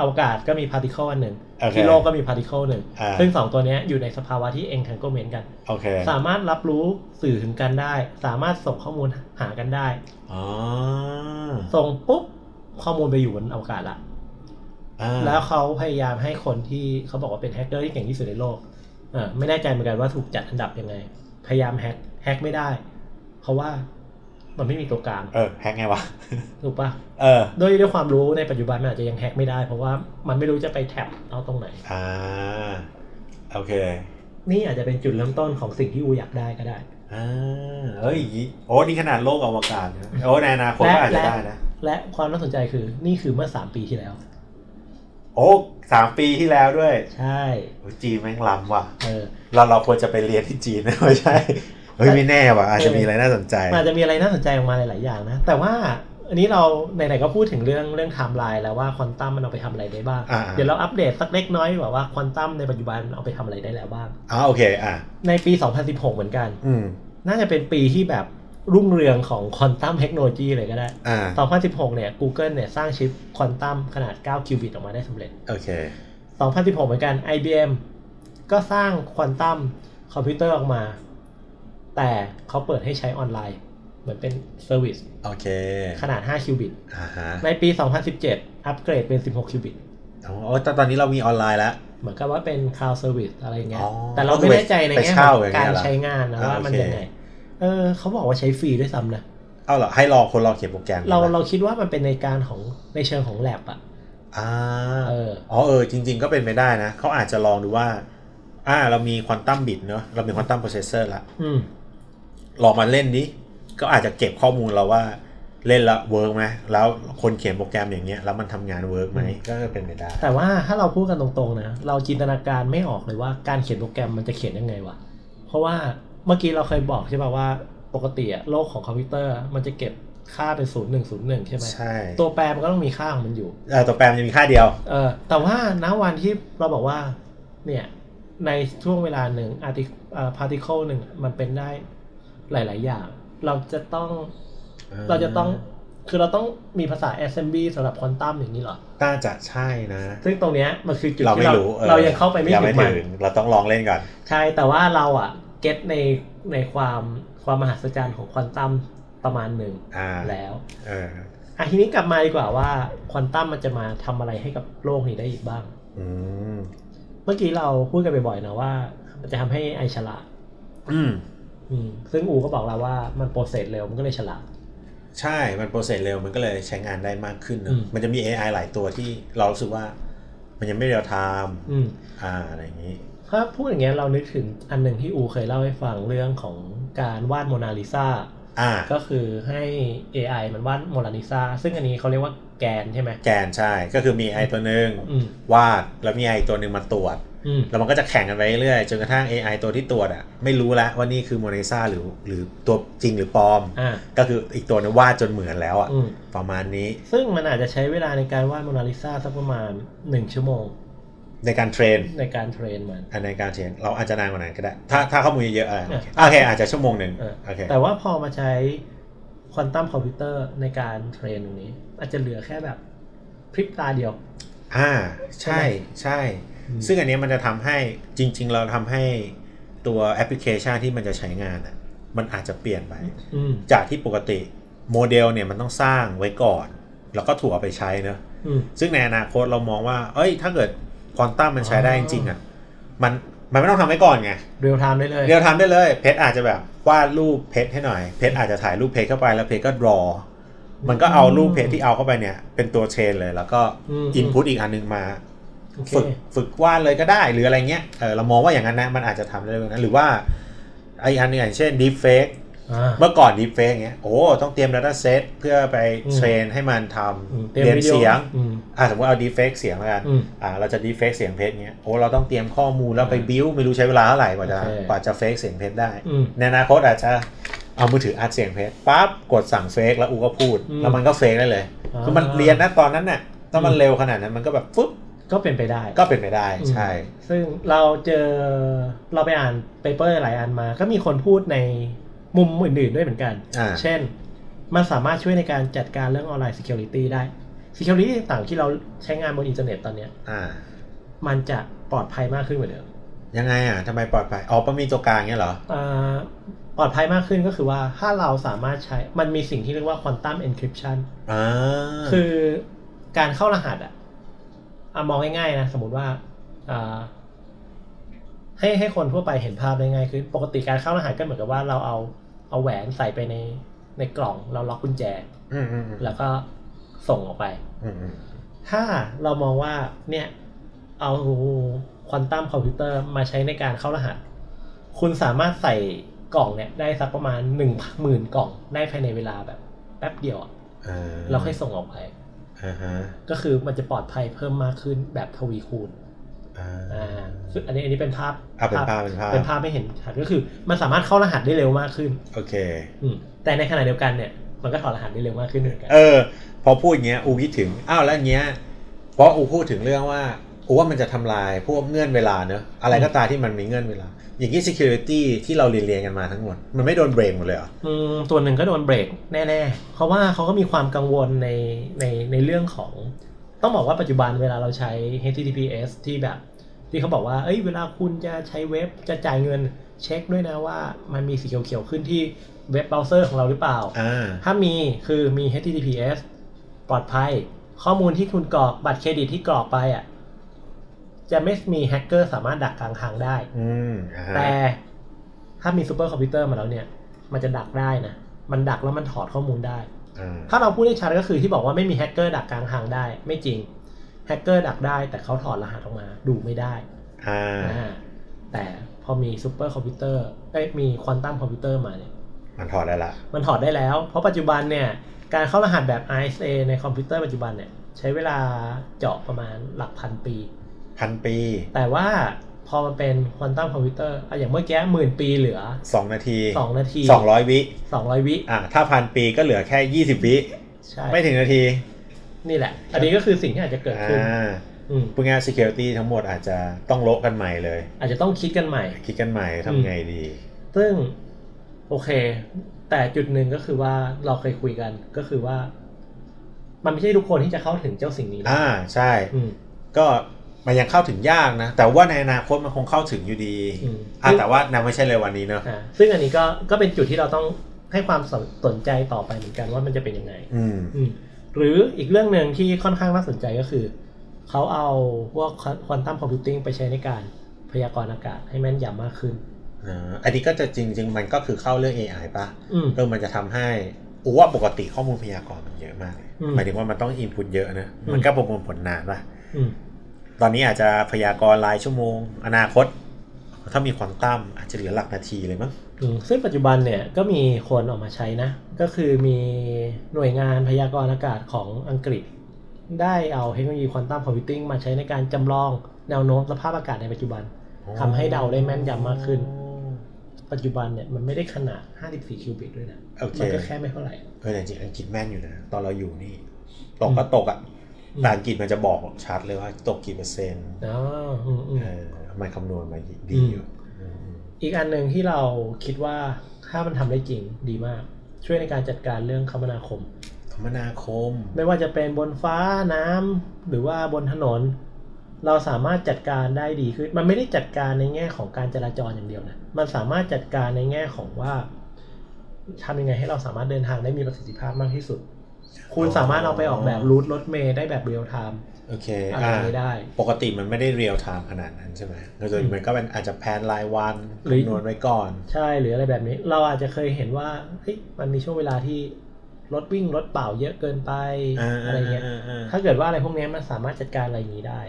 [SPEAKER 1] อวกาศก็มีพาร์ติเคิลอันหนึ่ง
[SPEAKER 2] โอเค
[SPEAKER 1] ที่โลกก็มีพาร์ติเคิลหนึ่ง
[SPEAKER 2] อ่า
[SPEAKER 1] ซึ่งสองตัวเนี้ยอยู่ในสภาวะที่ entanglement กัน
[SPEAKER 2] โอเค
[SPEAKER 1] สามารถรับรู้สื่อถึงกันได้ สามารถส่งข้อมูลหากันได้
[SPEAKER 2] อ๋อ
[SPEAKER 1] ส่งปุ๊บ ข้อมูลไปอยู่บนอวกาศละ
[SPEAKER 2] อ่า
[SPEAKER 1] แล้วเขาพยายามให้คนที่เขาบอกว่าเป็นแฮกเกอร์ที่เก่งที่สุดในโลกอ่าไม่แน่ใจเหมือนกันว่าถูกจัดอันดับยังไง พยายามแฮกแฮกไม่ได้ เพราะว่ามันไม่มีตัวกลาง
[SPEAKER 2] เออแฮกไงวะ
[SPEAKER 1] ถูกปะ
[SPEAKER 2] เออ
[SPEAKER 1] ด้วยด้วยความรู้ในปัจจุบันมันอาจจะยังแฮกไม่ได้ เพราะว่ามันไม่รู้จะไปแท็บเอาตรงไหน
[SPEAKER 2] อ่าโอเค
[SPEAKER 1] นี่อาจจะเป็นจุดเริ่มต้นของสิ่งที่อูอยากได้ก็ได้
[SPEAKER 2] อ่าเอ้ยโอ้นี่ขนาดโลกอวกาศนะโอ้ในอนาคตก็อาจจะได้นะ
[SPEAKER 1] และความน่าสนใจคือนี่คือเมื่อ 3 ปีที่แล้ว
[SPEAKER 2] โอ้สามปีที่แล้วด้วย
[SPEAKER 1] ใช่
[SPEAKER 2] โอ้ยจีนแม่งล้ำว่ะ
[SPEAKER 1] เออ
[SPEAKER 2] เราเราควรจะไปเรียนที่จีนนะ ไม่ใช่ เฮ้ยไม่แน่ว่ะ อาจจะมีอะไรน่าสนใจ
[SPEAKER 1] มันอาจจะมีอะไรน่าสนใจออกมาหลาย ๆ อย่างนะ แต่ว่าอันนี้เราไหน ๆ ก็พูดถึงเรื่องเรื่องไทม์ไลน์แล้วว่าควอนตัมมันเอาไปทำอะไรได้บ้าง
[SPEAKER 2] อ่า
[SPEAKER 1] เดี๋ยวเราอัปเดตสักเล็กน้อยดีกว่าว่าควอนตัมในปัจจุบันมันเอาไปทำอะไรได้แล้วบ้าง
[SPEAKER 2] อ๋อโอเค อ่ะ
[SPEAKER 1] ในปี 2016 เหมือนกัน
[SPEAKER 2] อืม
[SPEAKER 1] น่าจะเป็นปีที่แบบรุ่งเรืองของควอนตัมเทคโนโลยีเลยก็ได้
[SPEAKER 2] อ่า
[SPEAKER 1] 2016 เนี่ย Google เนี่ยสร้างชิปควอนตัมขนาด 9 คิวบิตออกมาได้สำเร็จ
[SPEAKER 2] โอเค
[SPEAKER 1] 2016 เหมือนกัน IBM ก็สร้างควอนตัมคอมพิวเตอร์ออกมา แต่เขาเปิดให้ใช้ออนไลน์ เหมือนเป็นเซอร์วิส
[SPEAKER 2] โอเค
[SPEAKER 1] ขนาด 5 คิวบิต
[SPEAKER 2] อ่าฮะ
[SPEAKER 1] ในปี 2017 อัปเกรดเป็น 16 คิวบิต
[SPEAKER 2] โอ้โอ้แต่ตอนนี้เรามีออนไลน์แล้ว
[SPEAKER 1] เหมือนกับว่าเป็น cloud service อะไรอย่างเงี้ย
[SPEAKER 2] อ๋อ
[SPEAKER 1] แต่เราไม่แน่ใจในแง่
[SPEAKER 2] ไปเช่า
[SPEAKER 1] ของ
[SPEAKER 2] อย่างเงี้
[SPEAKER 1] กาย ร
[SPEAKER 2] เหรอ
[SPEAKER 1] ใช้งานนะ
[SPEAKER 2] อ่า
[SPEAKER 1] ว่ามัน
[SPEAKER 2] โอเค
[SPEAKER 1] ยังไง เออเขาบอกว่าใช้ฟรีด้วยซ้ำนะ
[SPEAKER 2] เอาเหรอ ให้รอคนรอเขียนโปรแกรม
[SPEAKER 1] เรา
[SPEAKER 2] ก่อนนะ
[SPEAKER 1] เราคิดว่ามันเป็นในการของในเชิงของ lab อะ
[SPEAKER 2] อ่า
[SPEAKER 1] เออ
[SPEAKER 2] อ๋อเออจริง ๆ ก็เป็นไปได้นะ เขาอาจจะลองดูว่า อ่า เรามีควอนตัมบิตเนอะเรามีควอนตัมโปรเซสเซอร์ละ
[SPEAKER 1] อืม
[SPEAKER 2] ลองมาเล่นดิ ก็อาจจะเก็บข้อมูลเราว่าเล่นแล้วเวิร์กไหมแล้วคนเขียนโปรแกรมอย่างเงี้ยแล้วมันทำงานเวิร์กไหม
[SPEAKER 1] อืม
[SPEAKER 2] ก็เป็นไปได้
[SPEAKER 1] แต่ว่าถ้าเราพูดกันตรงๆนะเราจินตนาการไม่ออกเลยว่าการเขียนโปรแกรมมันจะเขียนยังไงวะเพราะว่าเมื่อกี้เราเคยบอกใช่ป่ะว่าปกติอะโลกของคอมพิวเตอร์มันจะเก็บค่าเป็นศูนย์หนึ่งศูนย์หนึ่งใช่ไหม
[SPEAKER 2] ใช่
[SPEAKER 1] ตัวแปรมันก็ต้องมีค่าของมันอยู่
[SPEAKER 2] เอ่อตัวแปรมันจะมีค่าเดียว
[SPEAKER 1] เออแต่ว่าณวันที่เราบอกว่าเนี่ยในช่วงเวลาหนึ่งอาร์ติพาร์ติเคิลหนึ่งอะมันเป็นได้หลาย ๆ อย่าง เราจะต้องเราจะต้อง คือเราต้องมีภาษา assembly สำหรับควอนตัมอย่างนี้เหรอ
[SPEAKER 2] น่าจะใช่นะ
[SPEAKER 1] ซึ่งตรงเนี้ยมันคือจุด
[SPEAKER 2] เรา
[SPEAKER 1] ที่
[SPEAKER 2] ไม่
[SPEAKER 1] เรา
[SPEAKER 2] รู้ออ
[SPEAKER 1] เรายังเข้าไปไม่
[SPEAKER 2] ยัง
[SPEAKER 1] ถึงมัน
[SPEAKER 2] เราต้องลองเล่นก่อน
[SPEAKER 1] ใช่ แต่ว่าเราอ่ะเก็ตในในความความมหัศจรรย์ของควอนตัมประมาณหนึ่ง
[SPEAKER 2] อ่า
[SPEAKER 1] แล้ว
[SPEAKER 2] เออ
[SPEAKER 1] อ่ะทีนี้กลับมาดีกว่าว่าควอนตัมมันจะมาทำอะไรให้กับโลกนี้ได้อีกบ้าง
[SPEAKER 2] อืม
[SPEAKER 1] เมื่อกี้เราพูดกันบ่อยๆนะว่า มันจะทำให้ไอฉลาด
[SPEAKER 2] อืม
[SPEAKER 1] อืมซึ่งอูก็บอกเราว่ามันโปรเซสเร็วมันก็เลยฉลาด
[SPEAKER 2] ใช่ มันโปรเซสเร็ว มันก็เลยใช้งานได้มากขึ้นเน
[SPEAKER 1] อื
[SPEAKER 2] อะ
[SPEAKER 1] ม
[SPEAKER 2] มันจะมี AI หลายตัวที่เรารู้สึกว่า มันยังไม่เรียลไทม์
[SPEAKER 1] อืม
[SPEAKER 2] อ่า อะไรอย่างนี้
[SPEAKER 1] ถ้าพูดอย่างเงี้ยเรานึกถึงอันหนึ่งที่อูเคยเล่าให้ฟังเรื่องของการวาดโมนาลิซา
[SPEAKER 2] อ่า
[SPEAKER 1] ก็คือให้ AI มันวาดโมนาลิซาซึ่งอันนี้เขาเรียกว่าแกนใช่ไหม
[SPEAKER 2] แกนใช่ ก็คือมี AI ตัวหนึ่ง
[SPEAKER 1] อืม
[SPEAKER 2] วาด แล้วมี AI ตัวหนึ่งมาตรวจ
[SPEAKER 1] อืม
[SPEAKER 2] แล้วมันก็จะแข่งกันไปเรื่อยๆ จนกระทั่ง AI ตัวที่ตรวจอะไม่รู้ละว่านี่คือโมนาลิซาหรือ หรือตัวจริงหรือปลอม
[SPEAKER 1] อ่า
[SPEAKER 2] ก็คืออีกตัวหนึงวาดจนเหมือนแล้วอะ
[SPEAKER 1] อืม
[SPEAKER 2] ประมาณนี้
[SPEAKER 1] ซึ่งมันอาจจะใช้เวลาในการวาดโมนาลิซาสักประมาณหนึ่งชั่วโมง
[SPEAKER 2] ในการเทรน
[SPEAKER 1] ในการเทรนมัน
[SPEAKER 2] อันในการเทรนเราอาจจะนานกว่านั้นก็ได้ ถ้าถ้าข้อมูลเยอะๆอ่ะ
[SPEAKER 1] เออ
[SPEAKER 2] โอเค อาจจะชั่วโมงหนึ่ง
[SPEAKER 1] เออ
[SPEAKER 2] โอเค
[SPEAKER 1] แต่ว่าพอมาใช้ควอนตัมคอมพิวเตอร์ในการเทรนตรงนี้ อาจจะเหลือแค่แบบพริบตาเดียว
[SPEAKER 2] อ่าใช่ใช่
[SPEAKER 1] อืม
[SPEAKER 2] ซึ่งอันเนี้ยมันจะทำให้จริง ๆ เราทำให้ตัวแอปพลิเคชันที่มันจะใช้งานอ่ะมันอาจจะเปลี่ยนไป
[SPEAKER 1] อืม
[SPEAKER 2] จากที่ปกติโมเดลเนี่ยมันต้องสร้างไว้ก่อน แล้วก็ถูกเอาไปใช้เนอะ
[SPEAKER 1] อืม
[SPEAKER 2] ซึ่งในอนาคตเรามองว่า เอ้ย ถ้าเกิดควอนตัมมันใช้ได้
[SPEAKER 1] อ๋อ
[SPEAKER 2] จริงๆอ่ะมันมันไม่ต้องทำไว้ก่อนไง
[SPEAKER 1] เรียลไทม์ได้เลย
[SPEAKER 2] เรียวทำได้เลยเพชรอาจจะแบบวาดรูปเพชรให้หน่อยเพชรอาจจะถ่ายรูปเพชรเข้าไปแล้วเพชรก็รอ มันก็เอารูปเพชรที่เอาเข้าไปเนี่ย เป็นตัวเชนเลย แล้วก็
[SPEAKER 1] ม
[SPEAKER 2] อินพุตอีกอันหนึงมา
[SPEAKER 1] โอเค
[SPEAKER 2] ฝึกฝึกวาดเลยก็ได้ หรืออะไรเงี้ยเออเรามองว่าอย่างนั้นนะ มันอาจจะทำได้เลยนะหรือว่าไออันหนึงอย่างเช่นดีเฟก
[SPEAKER 1] อ่า
[SPEAKER 2] เมื่อก่อนดีเฟกเงี้ยโอ้ต้องเตรียม Data Set เพื่อไป
[SPEAKER 1] อืม
[SPEAKER 2] เทรนให้มันท
[SPEAKER 1] อืม
[SPEAKER 2] ำ
[SPEAKER 1] ตรีม
[SPEAKER 2] เรียน
[SPEAKER 1] วิดีโอ
[SPEAKER 2] เสียง
[SPEAKER 1] อืม
[SPEAKER 2] อ่ะสมมติเอาดีเฟกเสียงแล้วกัน
[SPEAKER 1] อืม
[SPEAKER 2] อ่าเราจะดีเฟกเสียงเพชรเงี้ยโอ้เราต้องเตรียมข้อมูลแล้วไป
[SPEAKER 1] อ่า
[SPEAKER 2] บิวไม่รู้ใช้เวลาเท่าไหร่กว่าจะ
[SPEAKER 1] โอเค
[SPEAKER 2] กว่าจะเฟกเสียงเพชรได้
[SPEAKER 1] อืม
[SPEAKER 2] ในอนาคตอาจจะเอามือถืออัดเสียงเพชรปั๊บกดสั่งเฟกแล้วอูก็พูด
[SPEAKER 1] อืม
[SPEAKER 2] แล้วมันก็เฟกได้เลย
[SPEAKER 1] อ่า
[SPEAKER 2] คือมันเรียนนะตอนนั้นน่ะถ้ามันเร็วขนาดนั้นมันก็แบบฟึ๊บ
[SPEAKER 1] ก็เป็นไปได้
[SPEAKER 2] ก็เป็นไปได้ใช่
[SPEAKER 1] ซึ่งเราเจอเราไปอ่านเปเปอร์หลายอันมา ก็มีคนพูดในมุมอื่นๆด้วยเหมือนกัน
[SPEAKER 2] อ่า
[SPEAKER 1] เช่น มันสามารถช่วยในการจัดการเรื่องออนไลน์ Security ได้ Security ต่างๆที่เราใช้งานบนอินเทอร์เน็ตตอนเนี้ย
[SPEAKER 2] อ่า
[SPEAKER 1] มันจะปลอดภัยมากขึ้นกว่าเดิม
[SPEAKER 2] ยังไงอ่ะทำไมปลอดภัยอ๋อมันมีตัวกลางเงี้ยเหรอ
[SPEAKER 1] อ่าปลอดภัยมากขึ้นก็คือว่าถ้าเราสามารถใช้ มันมีสิ่งที่เรียกว่า Quantum Encryption
[SPEAKER 2] อ่า
[SPEAKER 1] คือการเข้ารหัสอะอะมองง่ายๆนะ สมมติว่าอ่าให้ให้คนทั่วไปเห็นภาพได้ง่ายคือปกติการเข้ารหัสก็เหมือนกับว่าเราเอาเอาแหวนใส่ไปในในกล่องเราล็อกกุญแจ
[SPEAKER 2] อืมอืมอืม
[SPEAKER 1] แล้วก็ส่งออกไป
[SPEAKER 2] อืมอืม
[SPEAKER 1] ถ้าเรามองว่าเนี่ยเอาควอนตัมคอมพิวเตอร์มาใช้ในการเข้ารหัส คุณสามารถใส่กล่องเนี่ยได้สักประมาณหนึ่งหมื่นกล่องได้ภายในเวลาแบบแป๊บเดียวอะ
[SPEAKER 2] อ่า
[SPEAKER 1] เราค่อยส่งออกไป
[SPEAKER 2] อ่าฮะ
[SPEAKER 1] ก็คือมันจะปลอดภัยเพิ่มมากขึ้นแบบทวีคูณ
[SPEAKER 2] อ่า
[SPEAKER 1] อ่าซึ่งอันนี้อันนี้เป็นภาพ
[SPEAKER 2] อ่าเป็นภาพเป็นภาพ
[SPEAKER 1] เป็นภาพไม่เห็นชัดก็คือ มันสามารถเข้ารหัสได้เร็วมากขึ้น
[SPEAKER 2] โอเค
[SPEAKER 1] อืมแต่ในขณะเดียวกันเนี่ย มันก็ถอดรหัสได้เร็วมากขึ้นเหมือนกัน
[SPEAKER 2] เออ พอพูดอย่างเงี้ยอูคิดถึงอ้าวแล้วอย่างเงี้ยเพราะอูพูดถึงเรื่องว่าอูว่ามันจะทำลายพวกเงื่อนเวลาเนอะอะไรก็ตามที่มันมีเงื่อนเวลา อย่างนี้ security ที่เราเรียนเรียนๆกันมาทั้งหมด มันไม่โดนเบรกหมดเลยเหรอ
[SPEAKER 1] มตัวหนึ่งก็โดนเบรกแน่ๆ เพราะว่าเขาก็มีความกังวลในในในเรื่องของ ต้องบอกว่าปัจจุบันเวลาเราใช้ HTTPS ที่แบบ ที่เขาบอกว่า เอ้ย เวลาคุณจะใช้เว็บจะจ่ายเงินเช็คด้วยนะว่า มันมีสีเขียวๆขึ้นที่เว็บเบราว์เซอร์ของเราหรือเปล่า
[SPEAKER 2] อ่า
[SPEAKER 1] ถ้ามีคือมี HTTPS ปลอดภัย ข้อมูลที่คุณกรอกบัตรเครดิตที่กรอกไปอ่ะจะไม่มีแฮกเกอร์สามารถดักกลางทางได้
[SPEAKER 2] อืมอ่าฮะ
[SPEAKER 1] แต่ถ้ามีซูเปอร์คอมพิวเตอร์มาแล้วเนี่ย มันจะดักได้นะ มันดักแล้วมันถอดข้อมูลได้
[SPEAKER 2] อ่า
[SPEAKER 1] ถ้าเราพูดได้ชัดก็คือที่บอกว่าไม่มีแฮกเกอร์ดักกลางทางได้ ไม่จริงแฮกเกอร์ดักได้ แต่เขาถอดรหัสออกมาดูไม่ได้
[SPEAKER 2] อ่า
[SPEAKER 1] อ่าแต่พอมีซูเปอร์คอมพิวเตอร์เอ้ยมีควอนตัมคอมพิวเตอร์มาเนี่ย
[SPEAKER 2] มันถอดได้ละ
[SPEAKER 1] มันถอดได้แล้ว เพราะปัจจุบันเนี่ย การเข้ารหัสแบบ ISA ในคอมพิวเตอร์ปัจจุบันเนี่ย ใช้เวลาเจาะประมาณหลักพันปี
[SPEAKER 2] พันปี
[SPEAKER 1] แต่ว่าพอมันเป็นควอนตัมคอมพิวเตอร์อะอย่างเมื่อกี้หมื่นปีเหลือ
[SPEAKER 2] สองนาที
[SPEAKER 1] 2 นาที
[SPEAKER 2] สองร้อยวิ
[SPEAKER 1] 200 วิ
[SPEAKER 2] อ่าถ้าพันปีก็เหลือแค่ยี่สิบวิ
[SPEAKER 1] ใช่
[SPEAKER 2] ไม่ถึงนาที
[SPEAKER 1] นี่แหละ อันนี้ก็คือสิ่งที่อาจจะเกิดขึ้น
[SPEAKER 2] อ่า
[SPEAKER 1] อืม
[SPEAKER 2] พูดง่ายๆ security ทั้งหมดอาจจะต้องโละกันใหม่เลย
[SPEAKER 1] อาจจะต้องคิดกันใหม่
[SPEAKER 2] คิดกันใหม่ทำไงดี
[SPEAKER 1] ซึ่งโอเค แต่จุดหนึ่งก็คือว่าเราเคยคุยกันก็คือว่า มันไม่ใช่ทุกคนที่จะเข้าถึงเจ้าสิ่งนี้นะ
[SPEAKER 2] อ่าใช่
[SPEAKER 1] อืม
[SPEAKER 2] ก็มันยังเข้าถึงยากนะ แต่ว่าในอนาคตมันคงเข้าถึงอยู่ดี
[SPEAKER 1] อืม
[SPEAKER 2] อ่ะแต่ว่านะไม่ใช่เลยวันนี้เนอะ
[SPEAKER 1] อ่าซึ่งอันนี้ก็ก็เป็นจุดที่เราต้องให้ความสนสนใจต่อไปเหมือนกันว่ามันจะเป็นยังไง
[SPEAKER 2] อืม
[SPEAKER 1] อืมหรืออีกเรื่องหนึ่งที่ค่อนข้างน่าสนใจก็คือ เขาเอาพวกควอนตัมคอมพิวติ้งไปใช้ในการพยากรณ์อากาศให้แม่นยำมากขึ้น
[SPEAKER 2] อ่าอันนี้ก็จะจริงจริง ๆ มันก็คือเข้าเรื่อง AI ปะ
[SPEAKER 1] อืม
[SPEAKER 2] เออมันจะทำให้อูว่าปกติข้อมูลพยากรณ์มันเยอะมากเลย
[SPEAKER 1] อืม
[SPEAKER 2] หมายถึงว่ามันต้องอินพุตเยอะนะ
[SPEAKER 1] อืม
[SPEAKER 2] มันก็ประมวลผลนานปะ
[SPEAKER 1] อืม
[SPEAKER 2] ตอนนี้อาจจะพยากรณ์รายชั่วโมง อนาคต ถ้ามีควอนตัมอาจจะเหลือหลักนาทีเลยมั้ง
[SPEAKER 1] อืมซึ่งปัจจุบันเนี่ยก็มีคนออกมาใช้นะ ก็คือมีหน่วยงานพยากรณ์อากาศของอังกฤษ ได้เอาเทคโนโลยีควอนตัมคอมพิวติ้งมาใช้ในการจำลองแนวโน้มสภาพอากาศในปัจจุบัน ทำให้เดาได้แม่นยำมากขึ้น ปัจจุบันเนี่ยมันไม่ได้ขนาด 54 คิวบิตด้วยนะ
[SPEAKER 2] โอเค
[SPEAKER 1] มันก็แค่ไม่เท่าไหร่
[SPEAKER 2] เออแต่จริงอังกฤษแม่นอยู่นะ ตอนเราอยู่นี่ ตกก็ตกอ่ะ
[SPEAKER 1] อืม
[SPEAKER 2] แต่อังกฤษมันจะบอกชัดเลยว่าตกกี่เปอร์เซ็นต์
[SPEAKER 1] อ๋ออืมอืม
[SPEAKER 2] เออมันคำนวณมาดีอยู่อืม
[SPEAKER 1] อีกอันหนึ่งที่เราคิดว่าถ้ามันทำได้จริงดีมาก ช่วยในการจัดการเรื่องคมนาคม
[SPEAKER 2] คมนาคม
[SPEAKER 1] ไม่ว่าจะเป็นบนฟ้าน้ำหรือว่าบนถนน เราสามารถจัดการได้ดีขึ้นมันไม่ได้จัดการในแง่ของการจราจรอย่างเดียวนะมันสามารถจัดการในแง่ของว่าทำยังไงให้เราสามารถเดินทางได้มีประสิทธิภาพมากที่สุด คุณสามารถเอาไปออกแบบรูทรถเมล์ได้แบบเรียลไทม์
[SPEAKER 2] โอเค
[SPEAKER 1] อะไร
[SPEAKER 2] อ่า
[SPEAKER 1] ได้
[SPEAKER 2] ปกติมันไม่ได้เรียลไทม์ขนาดนั้นใช่ไหมก็จะ
[SPEAKER 1] อืม
[SPEAKER 2] มันก็เป็นอาจจะแพลนรายวัน
[SPEAKER 1] หรือ
[SPEAKER 2] คำนวณไว้ก่อน
[SPEAKER 1] ใช่หรืออะไรแบบนี้ เราอาจจะเคยเห็นว่าเฮ้ยมันมีช่วงเวลาที่รถวิ่งรถเปล่าเยอะเกินไป
[SPEAKER 2] อ่า
[SPEAKER 1] อะไรเงี้ย
[SPEAKER 2] อ่าอ่าอ่า
[SPEAKER 1] ถ้าเกิดว่าอะไรพวกเนี้ยมันสามารถจัดการอะไรอย่างนี้ได้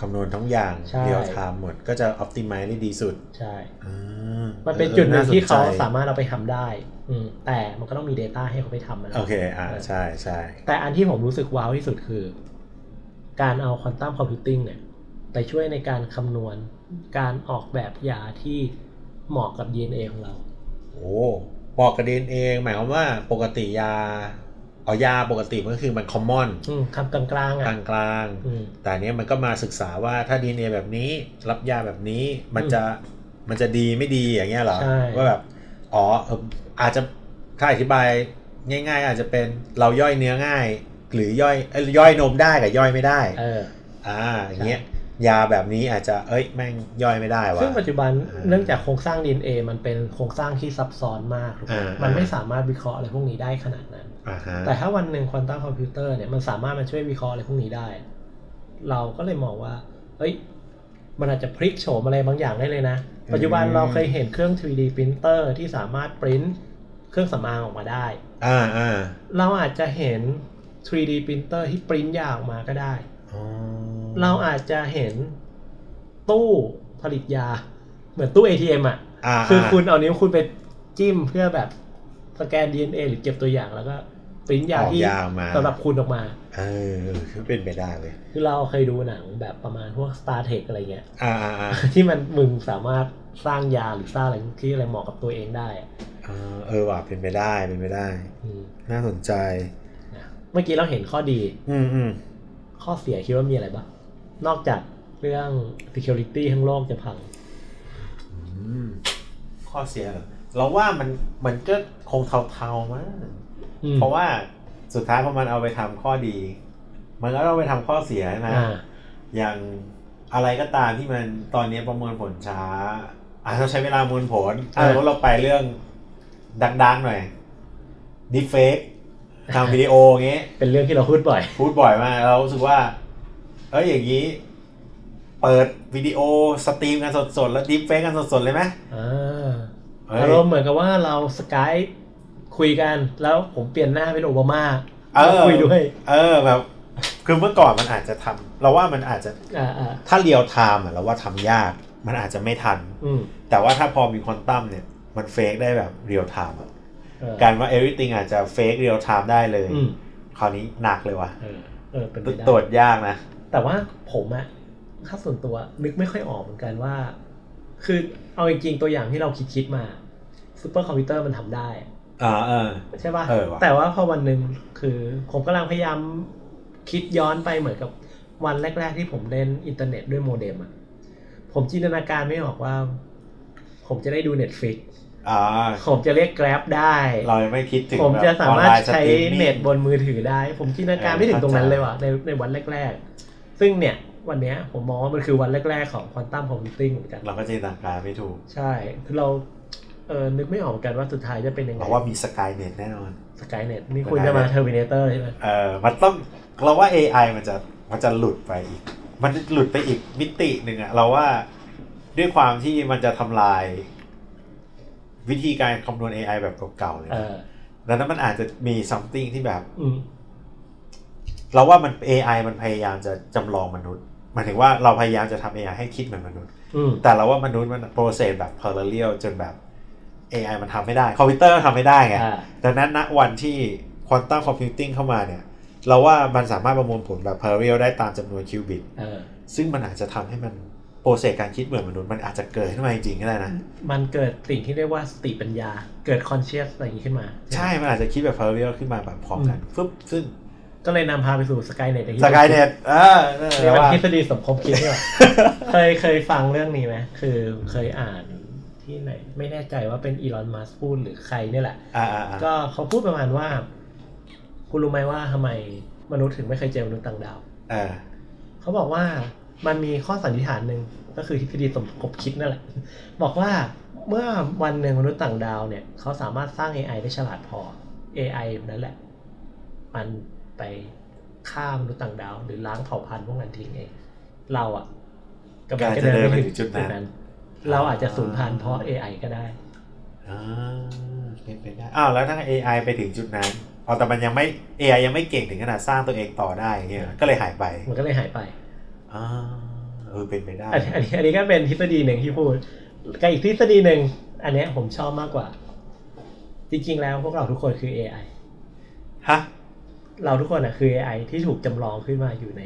[SPEAKER 2] คำนวณทั้งอย่าง
[SPEAKER 1] ใช่
[SPEAKER 2] เรียลไทม์หมดก็จะออ t ติม z e ได้ดีสุด
[SPEAKER 1] ใช่
[SPEAKER 2] อ่า
[SPEAKER 1] มันเป็นจุดหนึ่งที่เขา
[SPEAKER 2] ออน่นใจ
[SPEAKER 1] สามารถเอาไปทำได้ อืมแต่มันก็ต้องมี Data ให้เขาไปทำมันนะ
[SPEAKER 2] โอเค อ่าใช่ใช่
[SPEAKER 1] แต่อันที่ผมรู้สึกว้าวที่สุดคือ การเอาควอนตัมคอมพิวติ้งเนี่ยไปช่วยในการคำนวณการออกแบบยาที่เหมาะกับ DNA ของเรา
[SPEAKER 2] โอ้บอกกระเด็นเอง หมายความว่าปกติยาเอายาปกติมันก็คือมันคอมมอน
[SPEAKER 1] อืมคำกลางๆ
[SPEAKER 2] ก
[SPEAKER 1] อ่ะ
[SPEAKER 2] ลางกลางๆ
[SPEAKER 1] อืม
[SPEAKER 2] แต่อันเนี้ยมันก็มาศึกษาว่าถ้า DNA แบบนี้ รับยาแบบนี้มันจะมันจะดีไม่ดีอย่างเงี้ยเหรอ
[SPEAKER 1] ใช่
[SPEAKER 2] ว่าแบบอ๋อเอออาจจะถ้าอธิบายง่าย ๆ อาจจะเป็นเราย่อยเนื้อง่าย หรือย่อยเอ้ยย่อยนมได้กับย่อยไม่ได้
[SPEAKER 1] เออ
[SPEAKER 2] อ่าอย่างเงี้ยยาแบบนี้อาจจะเอ้ยแม่งย่อยไม่ได้วะ
[SPEAKER 1] ซึ่งปัจจุบัน
[SPEAKER 2] อ่า
[SPEAKER 1] เนื่องจากโครงสร้าง DNA มันเป็นโครงสร้างที่ซับซ้อนมากถูกไหม
[SPEAKER 2] อ่ามั
[SPEAKER 1] มันไม่สามารถวิเคราะห์อะไรพวกนี้ได้ขนาดนั้น
[SPEAKER 2] อ่าฮะ
[SPEAKER 1] แต่ถ้าวันหนึ่งควอนตัมคอมพิวเตอร์เนี่ยมันสามารถมาช่วยวิเคราะห์อะไรพวกนี้ได้ เราก็เลยมองว่าเอ้ยมันอาจจะพลิกโฉมอะไรบางอย่างได้เลยนะ ปัจจุบันเราเคยเห็นเครื่อง 3D printer ที่สามารถปริ้นเครื่องสำอางออกมาได้
[SPEAKER 2] อ่าอ่า
[SPEAKER 1] เราอาจจะเห็น 3D printer ที่ปริ้นยาออกมาก็ได้
[SPEAKER 2] อ๋อ
[SPEAKER 1] เราอาจจะเห็นตู้ผลิตยา เหมือนตู้ ATM อ่ะ
[SPEAKER 2] อ่า
[SPEAKER 1] คือคุณเอานิ้วคุณไปจิ้มเพื่อแบบสแกน DNA หรือเก็บตัวอย่างแล้วก็ปริ้นยา
[SPEAKER 2] ออก
[SPEAKER 1] ที่
[SPEAKER 2] ยาออกมา
[SPEAKER 1] สำหรับคุณออกมา
[SPEAKER 2] เออคือเป็นไปได้เลย
[SPEAKER 1] คือเราเคยดูหนังแบบประมาณพวก Star Trek อะไรเงี้ย
[SPEAKER 2] อ่าอ่าอ่า
[SPEAKER 1] ที่มันมึงสามารถสร้างยาหรือสร้างอะไรที่อะไรเหมาะกับตัวเองได้อะ
[SPEAKER 2] เออเออว่ะเป็นไปได้เป็นไปได้
[SPEAKER 1] อืม
[SPEAKER 2] น่าสนใจ
[SPEAKER 1] นะเมื่อกี้เราเห็นข้อดี
[SPEAKER 2] อืมอืม
[SPEAKER 1] ข้อเสียคิดว่ามีอะไรบ้างนอกจากเรื่อง security ทั้งโลกจะพัง
[SPEAKER 2] ข้อเสียเหรอเราว่ามันมันก็คงเทาๆมั้ง
[SPEAKER 1] อืม
[SPEAKER 2] เพราะว่าสุดท้ายพอมันเอาไปทำข้อดี มันก็ต้องไปทำข้อเสียนะ
[SPEAKER 1] อ่า
[SPEAKER 2] อย่างอะไรก็ตามที่มันตอนนี้ประเมินผลช้าอาจจะต้องใช้เวลาประเมินผลอ่ะ
[SPEAKER 1] อ่า
[SPEAKER 2] แล้วเราไปเรื่องดังๆหน่อยดิเฟกทำวิดีโออย่างเงี้ย
[SPEAKER 1] เป็นเรื่องที่เราพูดบ่อย
[SPEAKER 2] พูดบ่อยมากเรารู้สึกว่าเอ้ยอย่างนี้ เปิดวิดีโอสตรีมกันสดๆ แล้วดิฟเฟกกันสดๆ เลยไหม
[SPEAKER 1] อ่า
[SPEAKER 2] เฮ้ย
[SPEAKER 1] อารมณ์เหมือนกับว่าเราสกายคุยกันแล้วผมเปลี่ยนหน้าเป็นโอบามา
[SPEAKER 2] เออ
[SPEAKER 1] แล้วคุยด้วย
[SPEAKER 2] เออแบบ คือเมื่อก่อนมันอาจจะทำเราว่ามันอาจจะ
[SPEAKER 1] อ่าอ่า
[SPEAKER 2] ถ้าเรียลไทม์อะเราว่าทำยาก มันอาจจะไม่ทัน
[SPEAKER 1] อืม
[SPEAKER 2] แต่ว่าถ้าพอมีควอนตัมเนี่ย มันเฟกได้แบบเรียลไทม์อะ
[SPEAKER 1] เออ
[SPEAKER 2] การว่า everything อาจจะเฟกเรียลไทม์ได้เลย
[SPEAKER 1] อืม
[SPEAKER 2] คราวนี้หนักเลยว่ะ
[SPEAKER 1] เออเออเป็นไปได้
[SPEAKER 2] ตรวจยากนะ
[SPEAKER 1] แต่ว่าผมอะถ้าส่วนตัวนึกไม่ค่อยออกเหมือนกันว่า คือเอาจริงๆตัวอย่างที่เราคิดคิดๆมาซูเปอร์คอมพิวเตอร์มันทำได้
[SPEAKER 2] อ่าเออ
[SPEAKER 1] ใช่ป่ะ
[SPEAKER 2] เออว่ะ
[SPEAKER 1] แต่ว่าพอวันหนึ่งคือผมกำลังพยายามคิดย้อนไปเหมือนกับวันแรก ๆ ที่ผมเล่นอินเทอร์เน็ตด้วยโมเด็มอะผมจินตนาการไม่ออกว่า ผมจะได้ดูเน็ตฟ i ิก
[SPEAKER 2] อ่า
[SPEAKER 1] ผมจะเรียก Grab ได้
[SPEAKER 2] เรายังไม่คิดถึง
[SPEAKER 1] ผมจะ
[SPEAKER 2] แบบ
[SPEAKER 1] สามารถ
[SPEAKER 2] ออนไลน์
[SPEAKER 1] ใช้
[SPEAKER 2] สตรีมมิ่ง
[SPEAKER 1] เน็ตบนมือถือได้ ผมจินตนาการไม่ถึงตรงนั้นเลยว่ะในในวันแรก ๆ ซึ่งเนี่ยวันเนี้ยผมมองว่ามันคือวันแรก ๆ ของควอนตัมคอมพิวติ้งเหมือนกัน
[SPEAKER 2] เราก็จินตนาการไม่ถูก
[SPEAKER 1] ใช่ คือเราเออนึกไม่ออกเหมือนกันว่าสุดท้ายจะเป็นยังไง
[SPEAKER 2] เราว่ามีสกายเน็ตแน่นอน
[SPEAKER 1] สกายเน็ตนี่คุณจะมาเทอร์มินเตอร์ใช่ไหม
[SPEAKER 2] เออมันต้องเราว่า AI มันจะมันจะหลุดไปอีก มันหลุดไปอีกมิติหนึ่งอะเราว่าด้วยความที่มันจะทำลาย วิธีการคำนวณ AI แบบเก่าๆเลย
[SPEAKER 1] เออ
[SPEAKER 2] ดังนั้นมันอาจจะมี something ที่แบบ
[SPEAKER 1] อืม
[SPEAKER 2] เราว่ามัน AI มันพยายามจะจำลองมนุษย์หมายถึงว่าเราพยายามจะทำ AI ให้คิดเหมือนมนุษย์
[SPEAKER 1] อืม
[SPEAKER 2] แต่เราว่ามนุษย์มันโปรเซสแบบพาราเรียลจนแบบ AI มันทำไม่ได้ คอมพิวเตอร์ทำไม่ได้ไง
[SPEAKER 1] อ่า
[SPEAKER 2] ดังนั้นณวันที่ควอนตัมคอมพิวติ้งเข้ามาเนี่ย เราว่ามันสามารถประมวลผลแบบพาราเรียลได้ตามจำนวนคิวบิต
[SPEAKER 1] เออ
[SPEAKER 2] ซึ่งมันอาจจะทำให้มันโปรเซสการคิดเหมือนมนุษย์ มันอาจจะเกิดขึ้นมาจริงๆก็ได้นะ
[SPEAKER 1] มันเกิดสิ่งที่เรียกว่าสติปัญญา เกิดคอนเชียสอะไรอย่างนี้ขึ้นมา
[SPEAKER 2] ใช่ มันอาจจะคิดแบบพาราเรียลขึ้นมาแบบพร้อมกันฟึบซึ่ง
[SPEAKER 1] ก็เลยนำพาไปสู่สกายเน็ต
[SPEAKER 2] สกายเน็ตเออนั่นแห
[SPEAKER 1] เรีย
[SPEAKER 2] ละ
[SPEAKER 1] กว่า
[SPEAKER 2] ว่า
[SPEAKER 1] ทฤษฎีสมคบคิดเนี่ย เคยเคยฟังเรื่องนี้ไหม คือเคยอ่านที่ไหน ไม่แน่ใจว่าเป็นอีลอนมัสพูดหรือใครเนี่ยแหละ
[SPEAKER 2] อ่าอ่าอ่า
[SPEAKER 1] ก็เขาพูดประมาณว่า คุณรู้ไหมว่าทำไมมนุษย์ถึงไม่เคยเจอมนุษย์ต่างดาว
[SPEAKER 2] เออ
[SPEAKER 1] เขาบอกว่ามันมีข้อสันนิษฐานหนึ่งก็คือทฤษฎีสมคบคิดนั่นแหละ บอกว่าเมื่อวันหนึ่งมนุษย์ต่างดาวเนี่ย เขาสามารถสร้าง AI ได้ฉลาดพอ AI นั่นแหละ มันไปฆ่ามนุษย์ต่างดาว หรือล้างเผ่าพันธุ์พวกนั้นทิ้งเอง เราอะกำลังจะเดินไปถึงจุดนั้น เราอาจจะสูญพันธุ์เพราะ AI ก็ได้
[SPEAKER 2] อ่าเป็นไปได้อ้าวแล้วถ้า AI ไปถึงจุดนั้นเอาแต่มันยังไม่ AI ยังไม่เก่งถึงขนาดสร้างตัวเองต่อได้อย่างเงี้ยก็เลยหายไป
[SPEAKER 1] มันก็เลยหายไป
[SPEAKER 2] อ่าเออเป็นไปได้
[SPEAKER 1] อันนี้อันนี้อันนี้ก็เป็นทฤษฎีหนึ่งที่พูดกับอีกทฤษฎีหนึ่งอันเนี้ยผมชอบมากกว่า จริงๆ แล้วพวกเราทุกคนคือ AI
[SPEAKER 2] ฮะ
[SPEAKER 1] เราทุกคนอะคือ AI ที่ถูกจำลองขึ้นมาอยู่ใน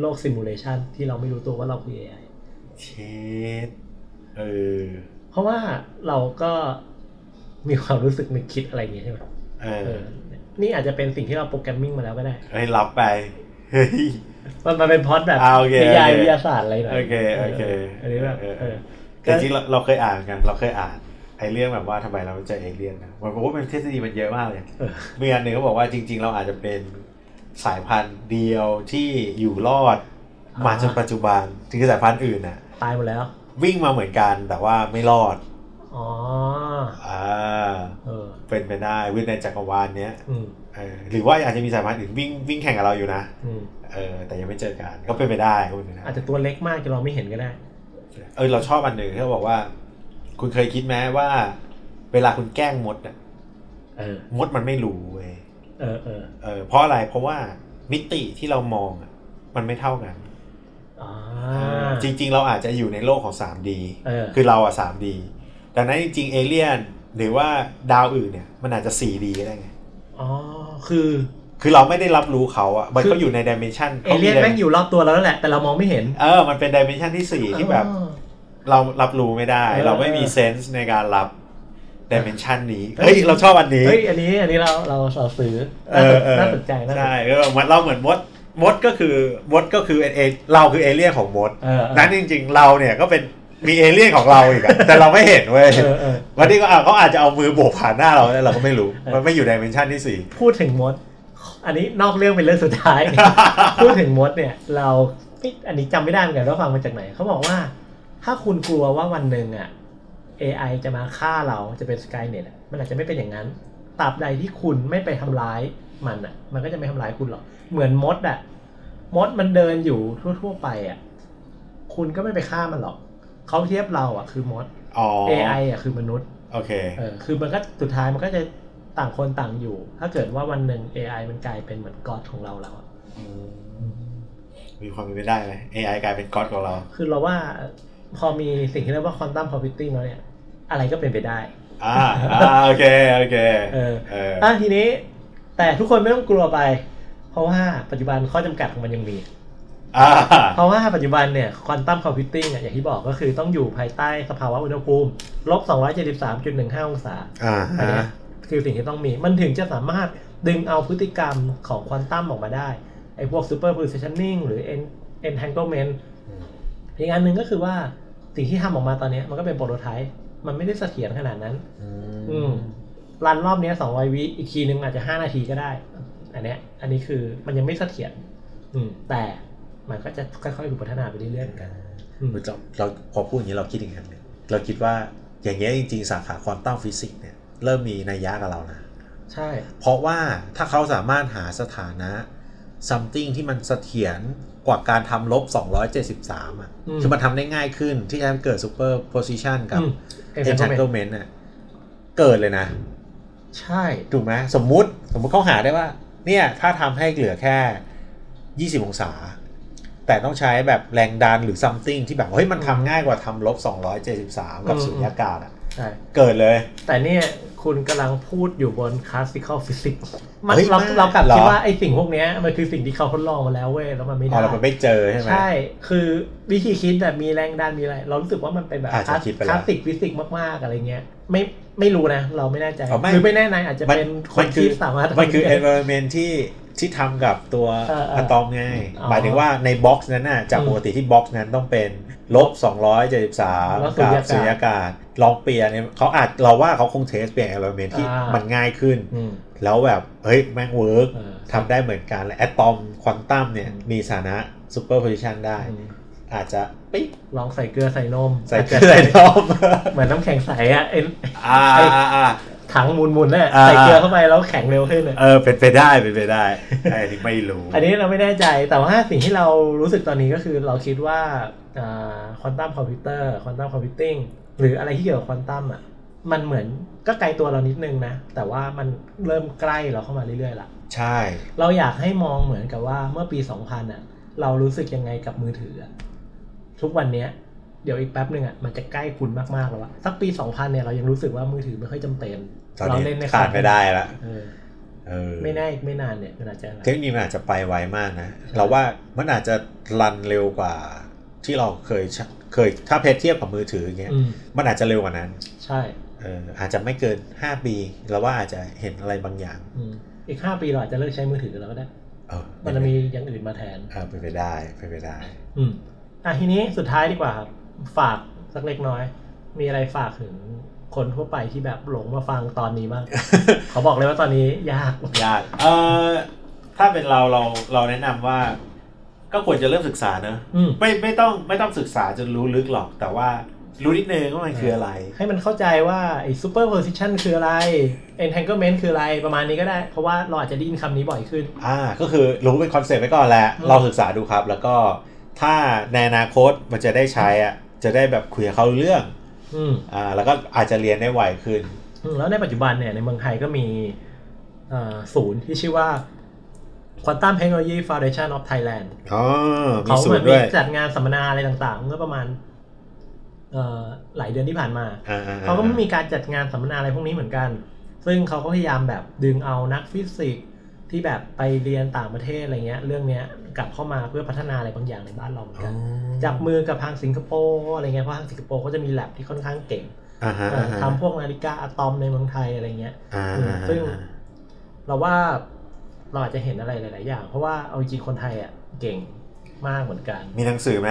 [SPEAKER 1] โลกซิมูเลชันที่เราไม่รู้ตัวว่าเราคือ AI
[SPEAKER 2] เชดเออ
[SPEAKER 1] เพราะว่าเราก็มีความรู้สึกนึกคิดอะไรอย่างเงี้ยใช่ไหม
[SPEAKER 2] เอ
[SPEAKER 1] เอ
[SPEAKER 2] อ
[SPEAKER 1] อ นี่อาจจะเป็นสิ่งที่เราโปรแกรมมิ่งมาแล้วก็ได้
[SPEAKER 2] เฮ้ยรับไป เฮ้ย
[SPEAKER 1] มันมันเป็นพล็อดแบบ
[SPEAKER 2] อ่าโอเค
[SPEAKER 1] นิยาย
[SPEAKER 2] โอเค
[SPEAKER 1] วิทยาศาสตร์อะไรหน่อย
[SPEAKER 2] โอเคโอเค
[SPEAKER 1] อันนี้แบบ
[SPEAKER 2] เออ
[SPEAKER 1] เอ
[SPEAKER 2] เอ
[SPEAKER 1] อ
[SPEAKER 2] อ แต่จริงๆเราเราเคยอ่านกัน เราเคยอ่านไอเรื่องแบบว่าทำไมเราเจอเอเลี่ยนนะมันบอกว่ามันทฤษฎีมันเยอะมากเลย
[SPEAKER 1] เออ
[SPEAKER 2] มีอันหนึ่งเขาบอกว่าจริง ๆ เราอาจจะเป็นสายพันธุ์เดียวที่อยู่รอด มาจนปัจจุบันถึงสายพันธุ์อื่นน่ะ
[SPEAKER 1] ตายหมดแล้ว
[SPEAKER 2] วิ่งมาเหมือนกันแต่ว่าไม่รอด
[SPEAKER 1] อ๋อ
[SPEAKER 2] อ่า
[SPEAKER 1] เออ
[SPEAKER 2] เป็นไปได้วิ่งในจักรวาลเนี้ย
[SPEAKER 1] อืม
[SPEAKER 2] เออหรือว่าอาจจะมีสายพันธุ์อื่นวิ่งวิ่งแข่งกับเราอยู่นะ
[SPEAKER 1] อืม
[SPEAKER 2] เออแต่ยังไม่เจอกันก็เป็นไปได้ก็เป็นไปได้
[SPEAKER 1] อาจจะตัวเล็กมากจนเราไม่เห็นก็ได้
[SPEAKER 2] เออเราชอบอันหนึ่งที่เขาบอกว่า คุณเคยคิดไหมว่า เวลาคุณแกล้งมดน่ะ
[SPEAKER 1] เออ
[SPEAKER 2] มดมันไม่รู้เว้ย
[SPEAKER 1] เออ เออ
[SPEAKER 2] เออเพราะอะไรเพราะว่ามิติที่เรามองอะมันไม่เท่ากัน
[SPEAKER 1] อ่า
[SPEAKER 2] จริง ๆ เราอาจจะอยู่ในโลกของ 3D
[SPEAKER 1] เออ
[SPEAKER 2] คือเราอะ 3D ดังนั้นจริงๆเอเลี่ยนหรือว่าดาวอื่นเนี่ยมันอาจจะ 4D ก็ได้ไง
[SPEAKER 1] อ๋อ คือ
[SPEAKER 2] คือเราไม่ได้รับรู้เขาอะมันก็อยู่ในดิเมนชัน
[SPEAKER 1] เอเลี่ยนแม่งอยู่รอบตัวเราแล้วแหละ แต่เรามองไม่เห็น
[SPEAKER 2] เออมันเป็นดิเมนชันที่สี่ที่แบบ
[SPEAKER 1] อ๋อ
[SPEAKER 2] เรารับรู้ไม่ได้
[SPEAKER 1] เออ
[SPEAKER 2] เราไม่มี
[SPEAKER 1] เออ
[SPEAKER 2] เซนส์ในการรับดิเมนชันนี้
[SPEAKER 1] เฮ้
[SPEAKER 2] เฮ้
[SPEAKER 1] ย
[SPEAKER 2] ย เราชอบอันนี้
[SPEAKER 1] เฮ้ย อันนี้ อันนี้เรา เราเราซื้อ
[SPEAKER 2] เอ
[SPEAKER 1] น่าส
[SPEAKER 2] อน เออ
[SPEAKER 1] น่าสนใจน่าสน
[SPEAKER 2] ใช่เออมันเราเหมือนมด มดก็คือมดก็คือเอเอเราคือเอเลี่ยนของมด
[SPEAKER 1] เออเออ
[SPEAKER 2] นั้นจริง ๆ เราเนี่ยก็เป็นมีเอเลี่ยนของเรา อีกอะ แต่เราไม่เห็นเว้ย
[SPEAKER 1] เออเออ
[SPEAKER 2] วันนี้ก็อ่ะเขาอาจจะเอามือโบกผ่านหน้าเราแล้วเราก็ไม่รู้
[SPEAKER 1] เออ
[SPEAKER 2] มันไม่อยู่ดิเมนชันที่สี่
[SPEAKER 1] พูดถึงมด อันนี้นอกเรื่องเป็นเรื่องสุดท้าย พูดถึงมดเนี่ย เราเอ๊ะอันนี้จำไม่ได้เหมือนกันว่าฟังมาจากไหน เขาบอกว่า ถ้าคุณกลัวว่าวันหนึ่งอ่ะ AI จะมาฆ่าเราจะเป็นสกายเน็ตมันอาจจะไม่เป็นอย่างนั้นตราบใดที่คุณไม่ไปทำร้ายมันอ่ะ มันก็จะไม่ทำร้ายคุณหรอก เหมือนมดอ่ะ มดมันเดินอยู่ทั่ว ๆ ไปอ่ะ คุณก็ไม่ไปฆ่ามันหรอก เขาเทียบเราอ่ะคือมด
[SPEAKER 2] อ๋อ
[SPEAKER 1] AI อ่ะคือมนุษย์
[SPEAKER 2] โอเค
[SPEAKER 1] เออคือมันก็สุดท้ายมันก็จะต่างคนต่างอยู่ ถ้าเกิดว่าวันหนึ่ง AI มันกลายเป็นเหมือนกอดของเราแล้วอะ
[SPEAKER 2] มีความเป็นไปได้ไหม AI กลายเป็นก๊อตของเรา
[SPEAKER 1] คือเราว่าพอมีสิ่งที่เรียกว่าควอนตัมคอมพิวติ้งแล้วเนี่ย อะไรก็เป็นไปได้
[SPEAKER 2] อ่าอ่าโอเค โอเค
[SPEAKER 1] เออ
[SPEAKER 2] เออ
[SPEAKER 1] อ่ะทีนี้ แต่ทุกคนไม่ต้องกลัวไป เพราะว่าปัจจุบันข้อจำกัดของมันยังมี
[SPEAKER 2] อ่า
[SPEAKER 1] เพราะว่าปัจจุบันเนี่ยควอนตัมคอมพิวติ้งอ่ะอย่างที่บอกก็คือต้องอยู่ภายใต้สภาวะอุณหภูมิลบ273.15 องศา
[SPEAKER 2] อ่า
[SPEAKER 1] อันเนี้
[SPEAKER 2] ฮะ
[SPEAKER 1] ยคือสิ่งที่ต้องมีมันถึงจะสามารถดึงเอาพฤติกรรมของควอนตัมออกมาได้ ไอ้พวก super positioning หรือ en- entanglement อีกอันหนึ่งก็คือว่าสิ่งที่ทำออกมาตอนเนี้ยมันก็เป็นโปรโตไทป์ มันไม่ได้เสถียรขนาดนั้น
[SPEAKER 2] อื
[SPEAKER 1] อื
[SPEAKER 2] ม
[SPEAKER 1] มรันรอบเนี้สองร้อย200 วิอีกทีหนึ่งอาจจะห้านาทีก็ได้ อันเนี้ย อันนี้คือมันยังไม่เสถียรอืม แต่มันก็จะค่อยๆถูกพัฒนาไปเรื่อยๆเหมือนกันอืม
[SPEAKER 2] เราเราพอพูดอย่างนี้เราคิดอย่างนั้นเลยเราคิดว่าอย่างเงี้ยจริงๆ สาขาควอนตัมฟิสิกส์เนี่ยเริ่มมีนัยยะกับเรานะ
[SPEAKER 1] ใช่
[SPEAKER 2] เพราะว่าถ้าเขาสามารถหาสถานะ something ที่มันเสถียรกว่าการทำลบ 273 อ่ะ คือมันทำได้ง่ายขึ้นที่จะทำเกิด super position กับ
[SPEAKER 1] อืม entanglement
[SPEAKER 2] entanglement อ่ะ เกิดเลยนะ
[SPEAKER 1] ใช่
[SPEAKER 2] ถูกไหมสมมุติสมมุติเขาหาได้ว่า เนี่ย ถ้าทำให้เหลือแค่ 20 องศา แต่ต้องใช้แบบแรงดันหรือ something ที่แบบ เฮ้ย มันทำง่ายกว่าทำลบ 273 กับสุญญากาศอ่ะ
[SPEAKER 1] ใช่
[SPEAKER 2] เกิดเลย
[SPEAKER 1] แต่เนี่ยคุณกำลังพูดอยู่บน classical physics มัน
[SPEAKER 2] เฮ้ย
[SPEAKER 1] เรา
[SPEAKER 2] ไม่
[SPEAKER 1] เรากลับ
[SPEAKER 2] เหรอ
[SPEAKER 1] คิดว่าไอ้สิ่งพวกเนี้ยมันคือสิ่งที่เขาทดลองมาแล้วเว้ยแล้วมันไม่
[SPEAKER 2] อ๋
[SPEAKER 1] ได้
[SPEAKER 2] อเรามันไม่เจอใช่ไหม
[SPEAKER 1] ใช่ คือวิธีคิดแบบมีแรงดันมีอะไร เรารู้สึกว่ามันเป็นแบบ
[SPEAKER 2] อาจจะคิดไปแล้ว
[SPEAKER 1] ลาสสิกฟิสิกส์มากๆอะไรเงี้ย ไม่ไม่รู้นะ เราไม่แน่ใจ
[SPEAKER 2] อ๋อไม่
[SPEAKER 1] หรือไม่แน่นายอาจจะเป็นคนที่สามารถ
[SPEAKER 2] มันคือ environment ที่ที่ทำกับตัว
[SPEAKER 1] เออเออ
[SPEAKER 2] อะตอมไง
[SPEAKER 1] อ๋อ
[SPEAKER 2] หมายถึงว่าในบ็อกซ์นั้นน่ะจาก
[SPEAKER 1] อืม
[SPEAKER 2] ปกติที่บ็อกซ์นั้นต้องเป็นลบ273
[SPEAKER 1] แล้วสุ
[SPEAKER 2] กั
[SPEAKER 1] ญ
[SPEAKER 2] บ
[SPEAKER 1] ญากาศ
[SPEAKER 2] สุญญากาศลองเปลี่ยนเนี่ยเขาอาจเราว่าเขาคงเทสเปลี่ยน environment ที่
[SPEAKER 1] อ่ามั
[SPEAKER 2] มันง่ายขึ้น
[SPEAKER 1] อืม
[SPEAKER 2] แล้วแบบเฮ้ย แม่งเวิร์ก
[SPEAKER 1] เออ
[SPEAKER 2] ทำได้เหมือนกันและอะตอมควอนตัมเนี่ย
[SPEAKER 1] อืม
[SPEAKER 2] มีสถานะ super position ได้
[SPEAKER 1] อืม
[SPEAKER 2] อาจจะปิ๊ก
[SPEAKER 1] ลองใส่เกลือใส่นม
[SPEAKER 2] ใส่เกลือใส่นม
[SPEAKER 1] เหมือนน้ำแข็งใสอะ เอ็น
[SPEAKER 2] อ่าอ่าอ่า
[SPEAKER 1] ถังมุนๆน่ะ
[SPEAKER 2] อ่า
[SPEAKER 1] ใส่เกลือเข้าไปแล้วแข็งเร็วขึ้นอะ
[SPEAKER 2] เออเป็นไปได้เป็นไปได้ไอ้ที่ไม่รู้
[SPEAKER 1] อันนี้เราไม่แน่ใจแต่ว่าสิ่งที่เรารู้สึกตอนนี้ก็คือเราคิดว่าควอนตัมคอมพิวเตอร์ควอนตัมคอมพิวติ้งหรืออะไรที่เกี่ยวกับควอนตัมอ่ะมันเหมือนก็ไกลตัวเรานิดนึงนะ แต่ว่ามันเริ่มใกล้เราเข้ามาเรื่อยๆละ
[SPEAKER 2] ใช่
[SPEAKER 1] เราอยากให้มองเหมือนกับว่าเมื่อปี 2000อ่ะเรารู้สึกยังไงกับมือถืออะทุกวันเนี้ยเดี๋ยวอีกแป๊บหนึ่งอ่ะมันจะใกล้คุณมากๆแล้วอะสักปี 2000เนี่ยเรายังรู้สึกว่ามือถือไม่ค่อยจำเป็น
[SPEAKER 2] ตอน
[SPEAKER 1] เรา
[SPEAKER 2] นี้
[SPEAKER 1] เล่นใน
[SPEAKER 2] ขาดไม่ได้ละ
[SPEAKER 1] เออ
[SPEAKER 2] เออ
[SPEAKER 1] ไม่แน่อีกไม่นานเนี่ยมันอาจจะอะไร
[SPEAKER 2] เทคโนโลยีมันอาจจะไปไวมากนะ เราว่ามันอาจจะรันเร็วกว่า ที่เราเคยชเคยถ้าเพจเทียบกับมือถืออย่างเงี้ย
[SPEAKER 1] อืม
[SPEAKER 2] มันอาจจะเร็วกว่านั้น
[SPEAKER 1] ใช่
[SPEAKER 2] เอออาจจะไม่เกิน 5 ปีเราว่าอาจจะเห็นอะไรบางอย่าง
[SPEAKER 1] อืมอีกห้าปีเราอาจจะเลิกใช้มือถือกันแล้วก็ได้
[SPEAKER 2] เออ
[SPEAKER 1] มันจะมีอย่างอื่นมาแทน
[SPEAKER 2] เออเป็นไปได้เป็นไปได้
[SPEAKER 1] อืมอ่ะทีนี้สุดท้ายดีกว่าครับ ฝากสักเล็กน้อย มีอะไรฝากถึงคนทั่วไปที่แบบหลงมาฟังตอนนี้ บ้าง ขอบอกเลยว่าตอนนี้ยาก
[SPEAKER 2] ยากเออถ้าเป็นเราเราเราแนะนำว่า ก็ควรจะเริ่มศึกษาเนอะ
[SPEAKER 1] อืม
[SPEAKER 2] ไม่ไม่ต้องไม่ต้องศึกษาจนรู้ลึกหรอก แต่ว่ารู้นิดนึงว่ามันคืออะไร
[SPEAKER 1] ให้มันเข้าใจว่าไอ้ super position คืออะไร entanglement คืออะไรประมาณนี้ก็ได้ เพราะว่าเราอาจจะได้ยินคำนี้บ่อยขึ้น
[SPEAKER 2] อ่าก็คือรู้เป็นคอนเซปต์ไว้ก่อนแหละ
[SPEAKER 1] อืม
[SPEAKER 2] เราศึกษาดูครับ แล้วก็ถ้าในอนาคตมันจะได้ใช้อ่ะจะได้แบบคุยกับเขารู้เรื่อง
[SPEAKER 1] อืม
[SPEAKER 2] อ่าแล้วก็อาจจะเรียนได้ไวขึ้น
[SPEAKER 1] อืมแล้วในปัจจุบันเนี่ยในเมืองไทยก็มีเอ่อศูนย์ที่ชื่อว่า Quantum Technology Foundation of Thailand
[SPEAKER 2] อ๋อ มี
[SPEAKER 1] เขา
[SPEAKER 2] สู
[SPEAKER 1] เหมื
[SPEAKER 2] ต
[SPEAKER 1] อนมี
[SPEAKER 2] รด้วย
[SPEAKER 1] จัดงานสัมมนาอะไรต่างๆ เมื่อประมาณเอ่อหลายเดือนที่ผ่านมา
[SPEAKER 2] อ่าอ่
[SPEAKER 1] เขาก็มีการจัดงานสัมมนาอะไรพวกนี้เหมือนกัน ซึ่งเขาก็พยายามแบบดึงเอานักฟิสิกส์ที่แบบไปเรียนต่างประเทศอะไรเงี้ย เรื่องเนี้ยกลับเข้ามาเพื่อพัฒนาอะไรบางอย่างในบ้านเราเหมือน
[SPEAKER 2] อ๋
[SPEAKER 1] กั
[SPEAKER 2] อน
[SPEAKER 1] จับมือกับทางสิงคโปร์อะไรเงี้ยเพราะทางสิงคโปร์เขาจะมีแลบที่ค่อนข้างเก่ง
[SPEAKER 2] อ่าฮะ
[SPEAKER 1] เอ่อ
[SPEAKER 2] อ่าฮะ
[SPEAKER 1] ทำพวกนาฬิกาอะตอมในเมืองไทยอะไรเงี้ย
[SPEAKER 2] อ่า
[SPEAKER 1] อืม
[SPEAKER 2] อ่า
[SPEAKER 1] ซึ่ง เราว่าเราอาจจะเห็นอะไรหลาย ๆ อย่าง เพราะว่าเอาจริงๆคนไทยอ่ะเก่งมากเหมือนกัน
[SPEAKER 2] มีหนังสือไหม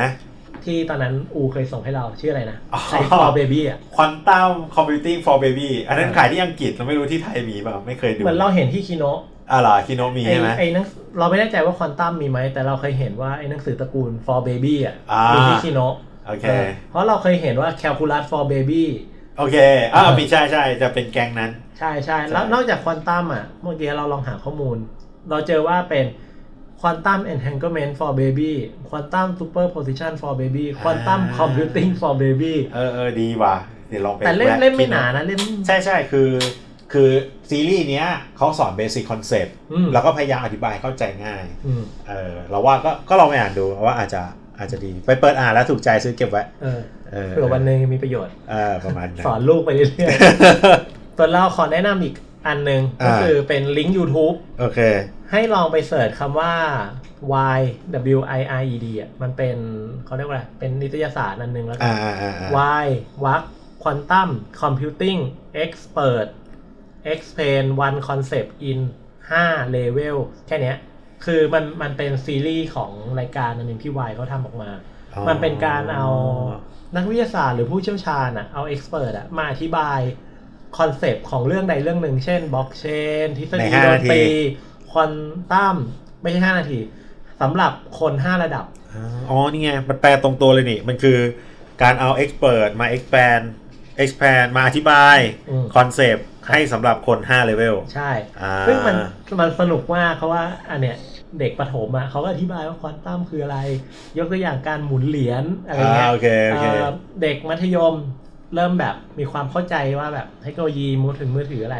[SPEAKER 1] ที่ตอนนั้นอูเคยส่งให้เราชื่ออะไรนะ
[SPEAKER 2] อ๋อ
[SPEAKER 1] ไอ้ฟอร์เบบี้อ่ะ
[SPEAKER 2] Quantum Computing for Baby อันนั้น
[SPEAKER 1] อ่า
[SPEAKER 2] ขายที่อังกฤษเราไม่รู้ที่ไทยมีเปล่าไม่เคยดู
[SPEAKER 1] เหมือนเราเห็นที่คิโนะ
[SPEAKER 2] อ่าเหรอคิโนมี
[SPEAKER 1] ไอ้
[SPEAKER 2] ใช่ไหม
[SPEAKER 1] ไอ้หนังเราไม่แน่ใจว่าควอนตัมมีไหม แต่เราเคยเห็นว่าไอ้หนังสือตระกูล for baby อ่ะ
[SPEAKER 2] อ่า
[SPEAKER 1] มีที่คิโนะ
[SPEAKER 2] โอเค
[SPEAKER 1] เออเพราะเราเคยเห็นว่า calculus for baby
[SPEAKER 2] โอเคอ่ามีใช่ใช่จะเป็นแกงนั้น
[SPEAKER 1] ใช่ใช่แล้ว
[SPEAKER 2] ใช่
[SPEAKER 1] นอกจากควอนตัมอ่ะเมื่อกี้เราลองหาข้อมูล เราเจอว่าเป็น quantum entanglement for baby quantum superposition for baby quantum computing for baby
[SPEAKER 2] เออเออดีว่ะเดี๋ยวลองไป
[SPEAKER 1] แต่เล่ม
[SPEAKER 2] แวะ
[SPEAKER 1] เล่มไม่
[SPEAKER 2] กิ
[SPEAKER 1] หนานะเล่ม
[SPEAKER 2] ใช่ใช่คือคือซีรีส์เนี้ยเขาสอนเบสิ c คอนเซปต์
[SPEAKER 1] อืม
[SPEAKER 2] แล้วก็พยายามอธิบายเข้าใจง่าย
[SPEAKER 1] อืม
[SPEAKER 2] เออเราว่าก็ก็ลองไปอ่านดูว่าอาจจะอาจจะดี ไปเปิดอ่านแล้วถูกใจซื้อเก็บไว้
[SPEAKER 1] เออ
[SPEAKER 2] เออ
[SPEAKER 1] เผื่อวันหนึ่งมีประโยชน์
[SPEAKER 2] เออประมาณนั้น
[SPEAKER 1] สอนลูกไปเรื่อยๆ ส่วนเราขอแนะนำอีกอันหนึ่งก็
[SPEAKER 2] อ่า
[SPEAKER 1] คือเป็นลิงก์ YouTube
[SPEAKER 2] โอเค
[SPEAKER 1] ให้ลองไปเสิร์ชคำว่า Y W I R E D อ่ะมันเป็นเขาเรียกว่าอะไร เป็นนิตยสารอันหนึ่งแล้วกั
[SPEAKER 2] อ่าน อ่าอ่า
[SPEAKER 1] Y วัก Quantum Computing Expert Explain One Concept in 5 Level แค่เนี้ย คือมันมันเป็นซีรีส์ของรายการอันหนึ่งที่ Y เขาทำออกมา
[SPEAKER 2] อ๋อ
[SPEAKER 1] มันเป็นการเอา นักวิทยาศาสตร์หรือผู้เชี่ยวชาญอะเอาเอ็กซ์เพรสอะมาอธิบายคอนเซปต์ของเรื่องใดเรื่องหนึ่ง เช่นบล็อกเชนทฤษฎี
[SPEAKER 2] ในห้า
[SPEAKER 1] ดน
[SPEAKER 2] นาที
[SPEAKER 1] ตรีควอนตัมไม่ใช่ห้านาทีสำหรับคน 5 ระดับ
[SPEAKER 2] อ๋อ นี่ไง มันแปลตรงตัวเลยนี่ มันคือการเอา expert มา expand expand มาอธิบาย
[SPEAKER 1] อืม
[SPEAKER 2] คอนเซปต์ให้สำหรับคน 5 level
[SPEAKER 1] ใช่
[SPEAKER 2] อ่า
[SPEAKER 1] ซึ่งมันมันสนุกมากเพราะว่าอันเนี้ยเด็กประถมอ่ะเขาก็อธิบายว่าควอนตัมคืออะไร ยกตัวอย่างการหมุนเหรียญอะไร
[SPEAKER 2] อ่า
[SPEAKER 1] เงี้ย
[SPEAKER 2] โอเค โอเค
[SPEAKER 1] เอ่อเด็กมัธยมเริ่มแบบมีความเข้าใจว่าแบบเทคโนโลยีมือถึงมือถืออะไร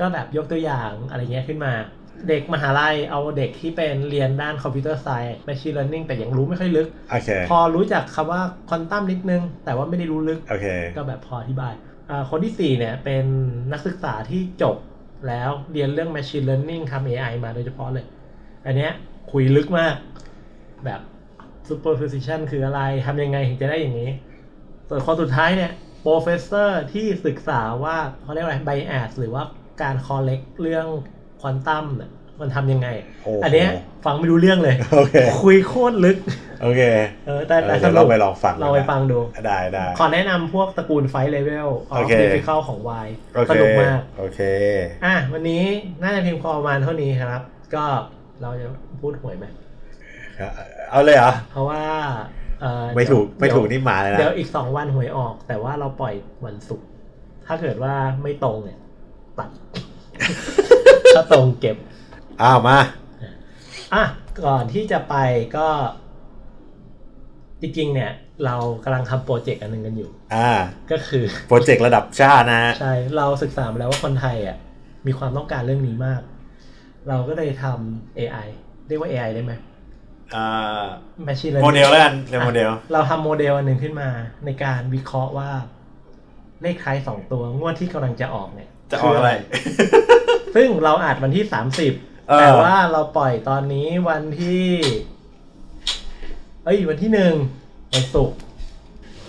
[SPEAKER 1] ก็แบบยกตัวอย่างอะไรเงี้ยขึ้นมา เด็กมหาลัยเอาเด็กที่เป็นเรียนด้านคอมพิวเตอร์ไซส์แมชชีนเลอร์นิ่งแต่ยังรู้ไม่ค่อยลึก
[SPEAKER 2] โอเค
[SPEAKER 1] พอรู้จักคำว่าควอนตัมนิดนึง แต่ว่าไม่ได้รู้ลึก
[SPEAKER 2] โอเค
[SPEAKER 1] ก็แบบพออธิบายอ่าคนที่ 4 เนี่ย เป็นนักศึกษาที่จบแล้วเรียนเรื่อง Machine Learning ทำ AI มาโดยเฉพาะเลย อันเนี้ยคุยลึกมาก แบบ Superposition คืออะไรทำยังไงถึงจะได้อย่างนี้ ส่วนคนสุดท้ายเนี่ย Professor ที่ศึกษาว่าเขาเรียกอะไร Bias หรือว่าการ Collect เรื่องควอนตัมเนี่ยมันทำยังไง
[SPEAKER 2] โอ้โห
[SPEAKER 1] อันเนี้ยฟังไม่รู้เรื่องเลย
[SPEAKER 2] โอเค
[SPEAKER 1] คุยโคตรลึก
[SPEAKER 2] โอเค
[SPEAKER 1] เออแต่แต่ส
[SPEAKER 2] เดี๋ยว
[SPEAKER 1] นุ
[SPEAKER 2] เรา
[SPEAKER 1] ก
[SPEAKER 2] ไปลองฟัง
[SPEAKER 1] เราไปฟังดู
[SPEAKER 2] ได้ได้
[SPEAKER 1] ขอแนะนำพวกตระกูลไฟเลเวลออ
[SPEAKER 2] โอ
[SPEAKER 1] ฟ
[SPEAKER 2] เค
[SPEAKER 1] ดิฟิคัลของ Y
[SPEAKER 2] โอเค
[SPEAKER 1] สนุกมาก
[SPEAKER 2] โอเค
[SPEAKER 1] อ่ะ วันนี้น่าจะเพียงพอประมาณเท่านี้ครับ ก็เราจะพูดหวยไหม
[SPEAKER 2] เอาเลยเหรอ
[SPEAKER 1] เพราะว่าเอ่อ
[SPEAKER 2] ไม่ถูก
[SPEAKER 1] เดี๋ยว
[SPEAKER 2] ไม่ถูกนี่หมาเลยนะ
[SPEAKER 1] เดี๋ยวอีก 2 วันหวยออก แต่ว่าเราปล่อยวันศุกร์ถ้าเกิดว่าไม่ตรงเนี่ย ตัด ถ้าตรงเก็บ
[SPEAKER 2] อ้าวมา
[SPEAKER 1] อ่ะก่อนที่จะไปก็ จริงๆเนี่ย เรากำลังทำโปรเจกต์อันหนึ่งกันอยู่
[SPEAKER 2] อ่า
[SPEAKER 1] ก็คือ
[SPEAKER 2] โปรเจกต์ระดับชาตินะฮะ
[SPEAKER 1] ใช่ เราศึกษามาแล้วว่าคนไทยอ่ะมีความต้องการเรื่องนี้มาก เราก็เลยทำ AI เรียกว่า AI ได้ไหม
[SPEAKER 2] อ่า
[SPEAKER 1] Machine Learning
[SPEAKER 2] โมเดลแล้วกันเรียกโมเดล
[SPEAKER 1] เราทำโมเดลอันหนึ่งขึ้นมาในการวิเคราะห์ว่า เลขท้ายสองตัวงวดที่กำลังจะออกเนี่ย
[SPEAKER 2] จะออกอะไร
[SPEAKER 1] ซึ่งเราอาจวันที่
[SPEAKER 2] เอ
[SPEAKER 1] 30
[SPEAKER 2] อ
[SPEAKER 1] แต่ว่าเราปล่อยตอนนี้วันที่ เอ้ย วันที่หนึ่งวันศุกร์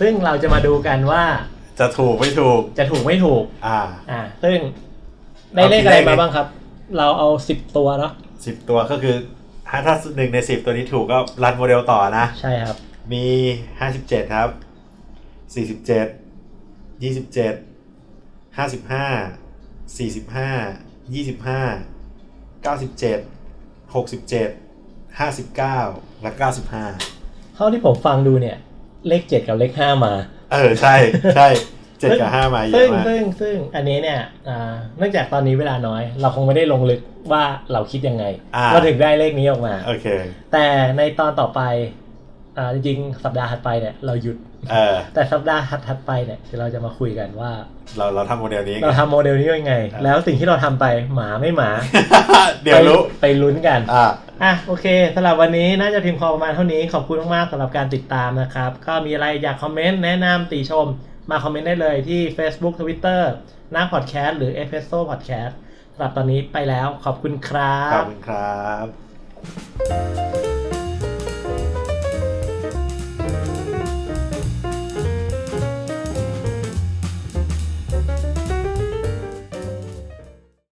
[SPEAKER 1] ซึ่งเราจะมาดูกันว่า
[SPEAKER 2] จะถูกไม่ถูก
[SPEAKER 1] จะถูกไม่ถูก
[SPEAKER 2] อ่า
[SPEAKER 1] อ่าซึ่งได้เลขอะไรมาบ้างครับ เราเอาสิบตัวเนาะ
[SPEAKER 2] สิบตัวก็คือถ้าถ้าหนึ่งในสิบตัวนี้ถูกก็รันโมเดลต่อนะ
[SPEAKER 1] ใช่ครับ
[SPEAKER 2] มีห้าสิบเจ็ดครับสี่สิบเจ็ดยี่สิบเจ็ดห้าสิบห้าสี่สิบห้ายี่สิบห้าเก้าสิบเจ็ดหกสิบเจ็ดห้าสิบเก้าและเก้าสิบห้า
[SPEAKER 1] เท่าที่ผมฟังดูเนี่ย เลขเจ็ดกับเลขห้ามา
[SPEAKER 2] เออ ใช่ใช่เจ็ดกับห้ามาเย
[SPEAKER 1] ซึ่
[SPEAKER 2] อะ
[SPEAKER 1] ง
[SPEAKER 2] มาก
[SPEAKER 1] ซึ่งซึ่งอันนี้เนี่ยอ่าเนื่องจากตอนนี้เวลาน้อย เราคงไม่ได้ลงลึกว่าเราคิดยังไง
[SPEAKER 2] อ่า
[SPEAKER 1] เราถึงได้เลขนี้ออกมา
[SPEAKER 2] โอเค
[SPEAKER 1] แต่ในตอนต่อไปอ่าจริงๆสัปดาห์ถัดไปเนี่ยเราหยุด
[SPEAKER 2] เออ
[SPEAKER 1] แต่สัปดาห์ถัดถัดไปเนี่ยเดี๋ยวเราจะมาคุยกันว่า
[SPEAKER 2] เราเราทำโมเดลนี้
[SPEAKER 1] เราทำโมเดลนี้ยังไง
[SPEAKER 2] ครับ
[SPEAKER 1] แล้วสิ่งที่เราทำไปหมาไม่หมา
[SPEAKER 2] เดี๋ยวรู้
[SPEAKER 1] ไปไปลุ้นกัน
[SPEAKER 2] อ่า
[SPEAKER 1] อ่ะโอเคสำหรับวันนี้น่าจะเพียงพอประมาณเท่านี้ขอบคุณมากๆสำหรับการติดตามนะครับ ก็มีอะไรอยากคอมเมนต์แนะนำติชม มาคอมเมนต์ได้เลยที่ Facebook Twitter หน้าพอดแคสต์หรือ e p e s o Podcast สำหรับตอนนี้ไปแล้วขอบคุณครั
[SPEAKER 2] ขอบบ คุณครับ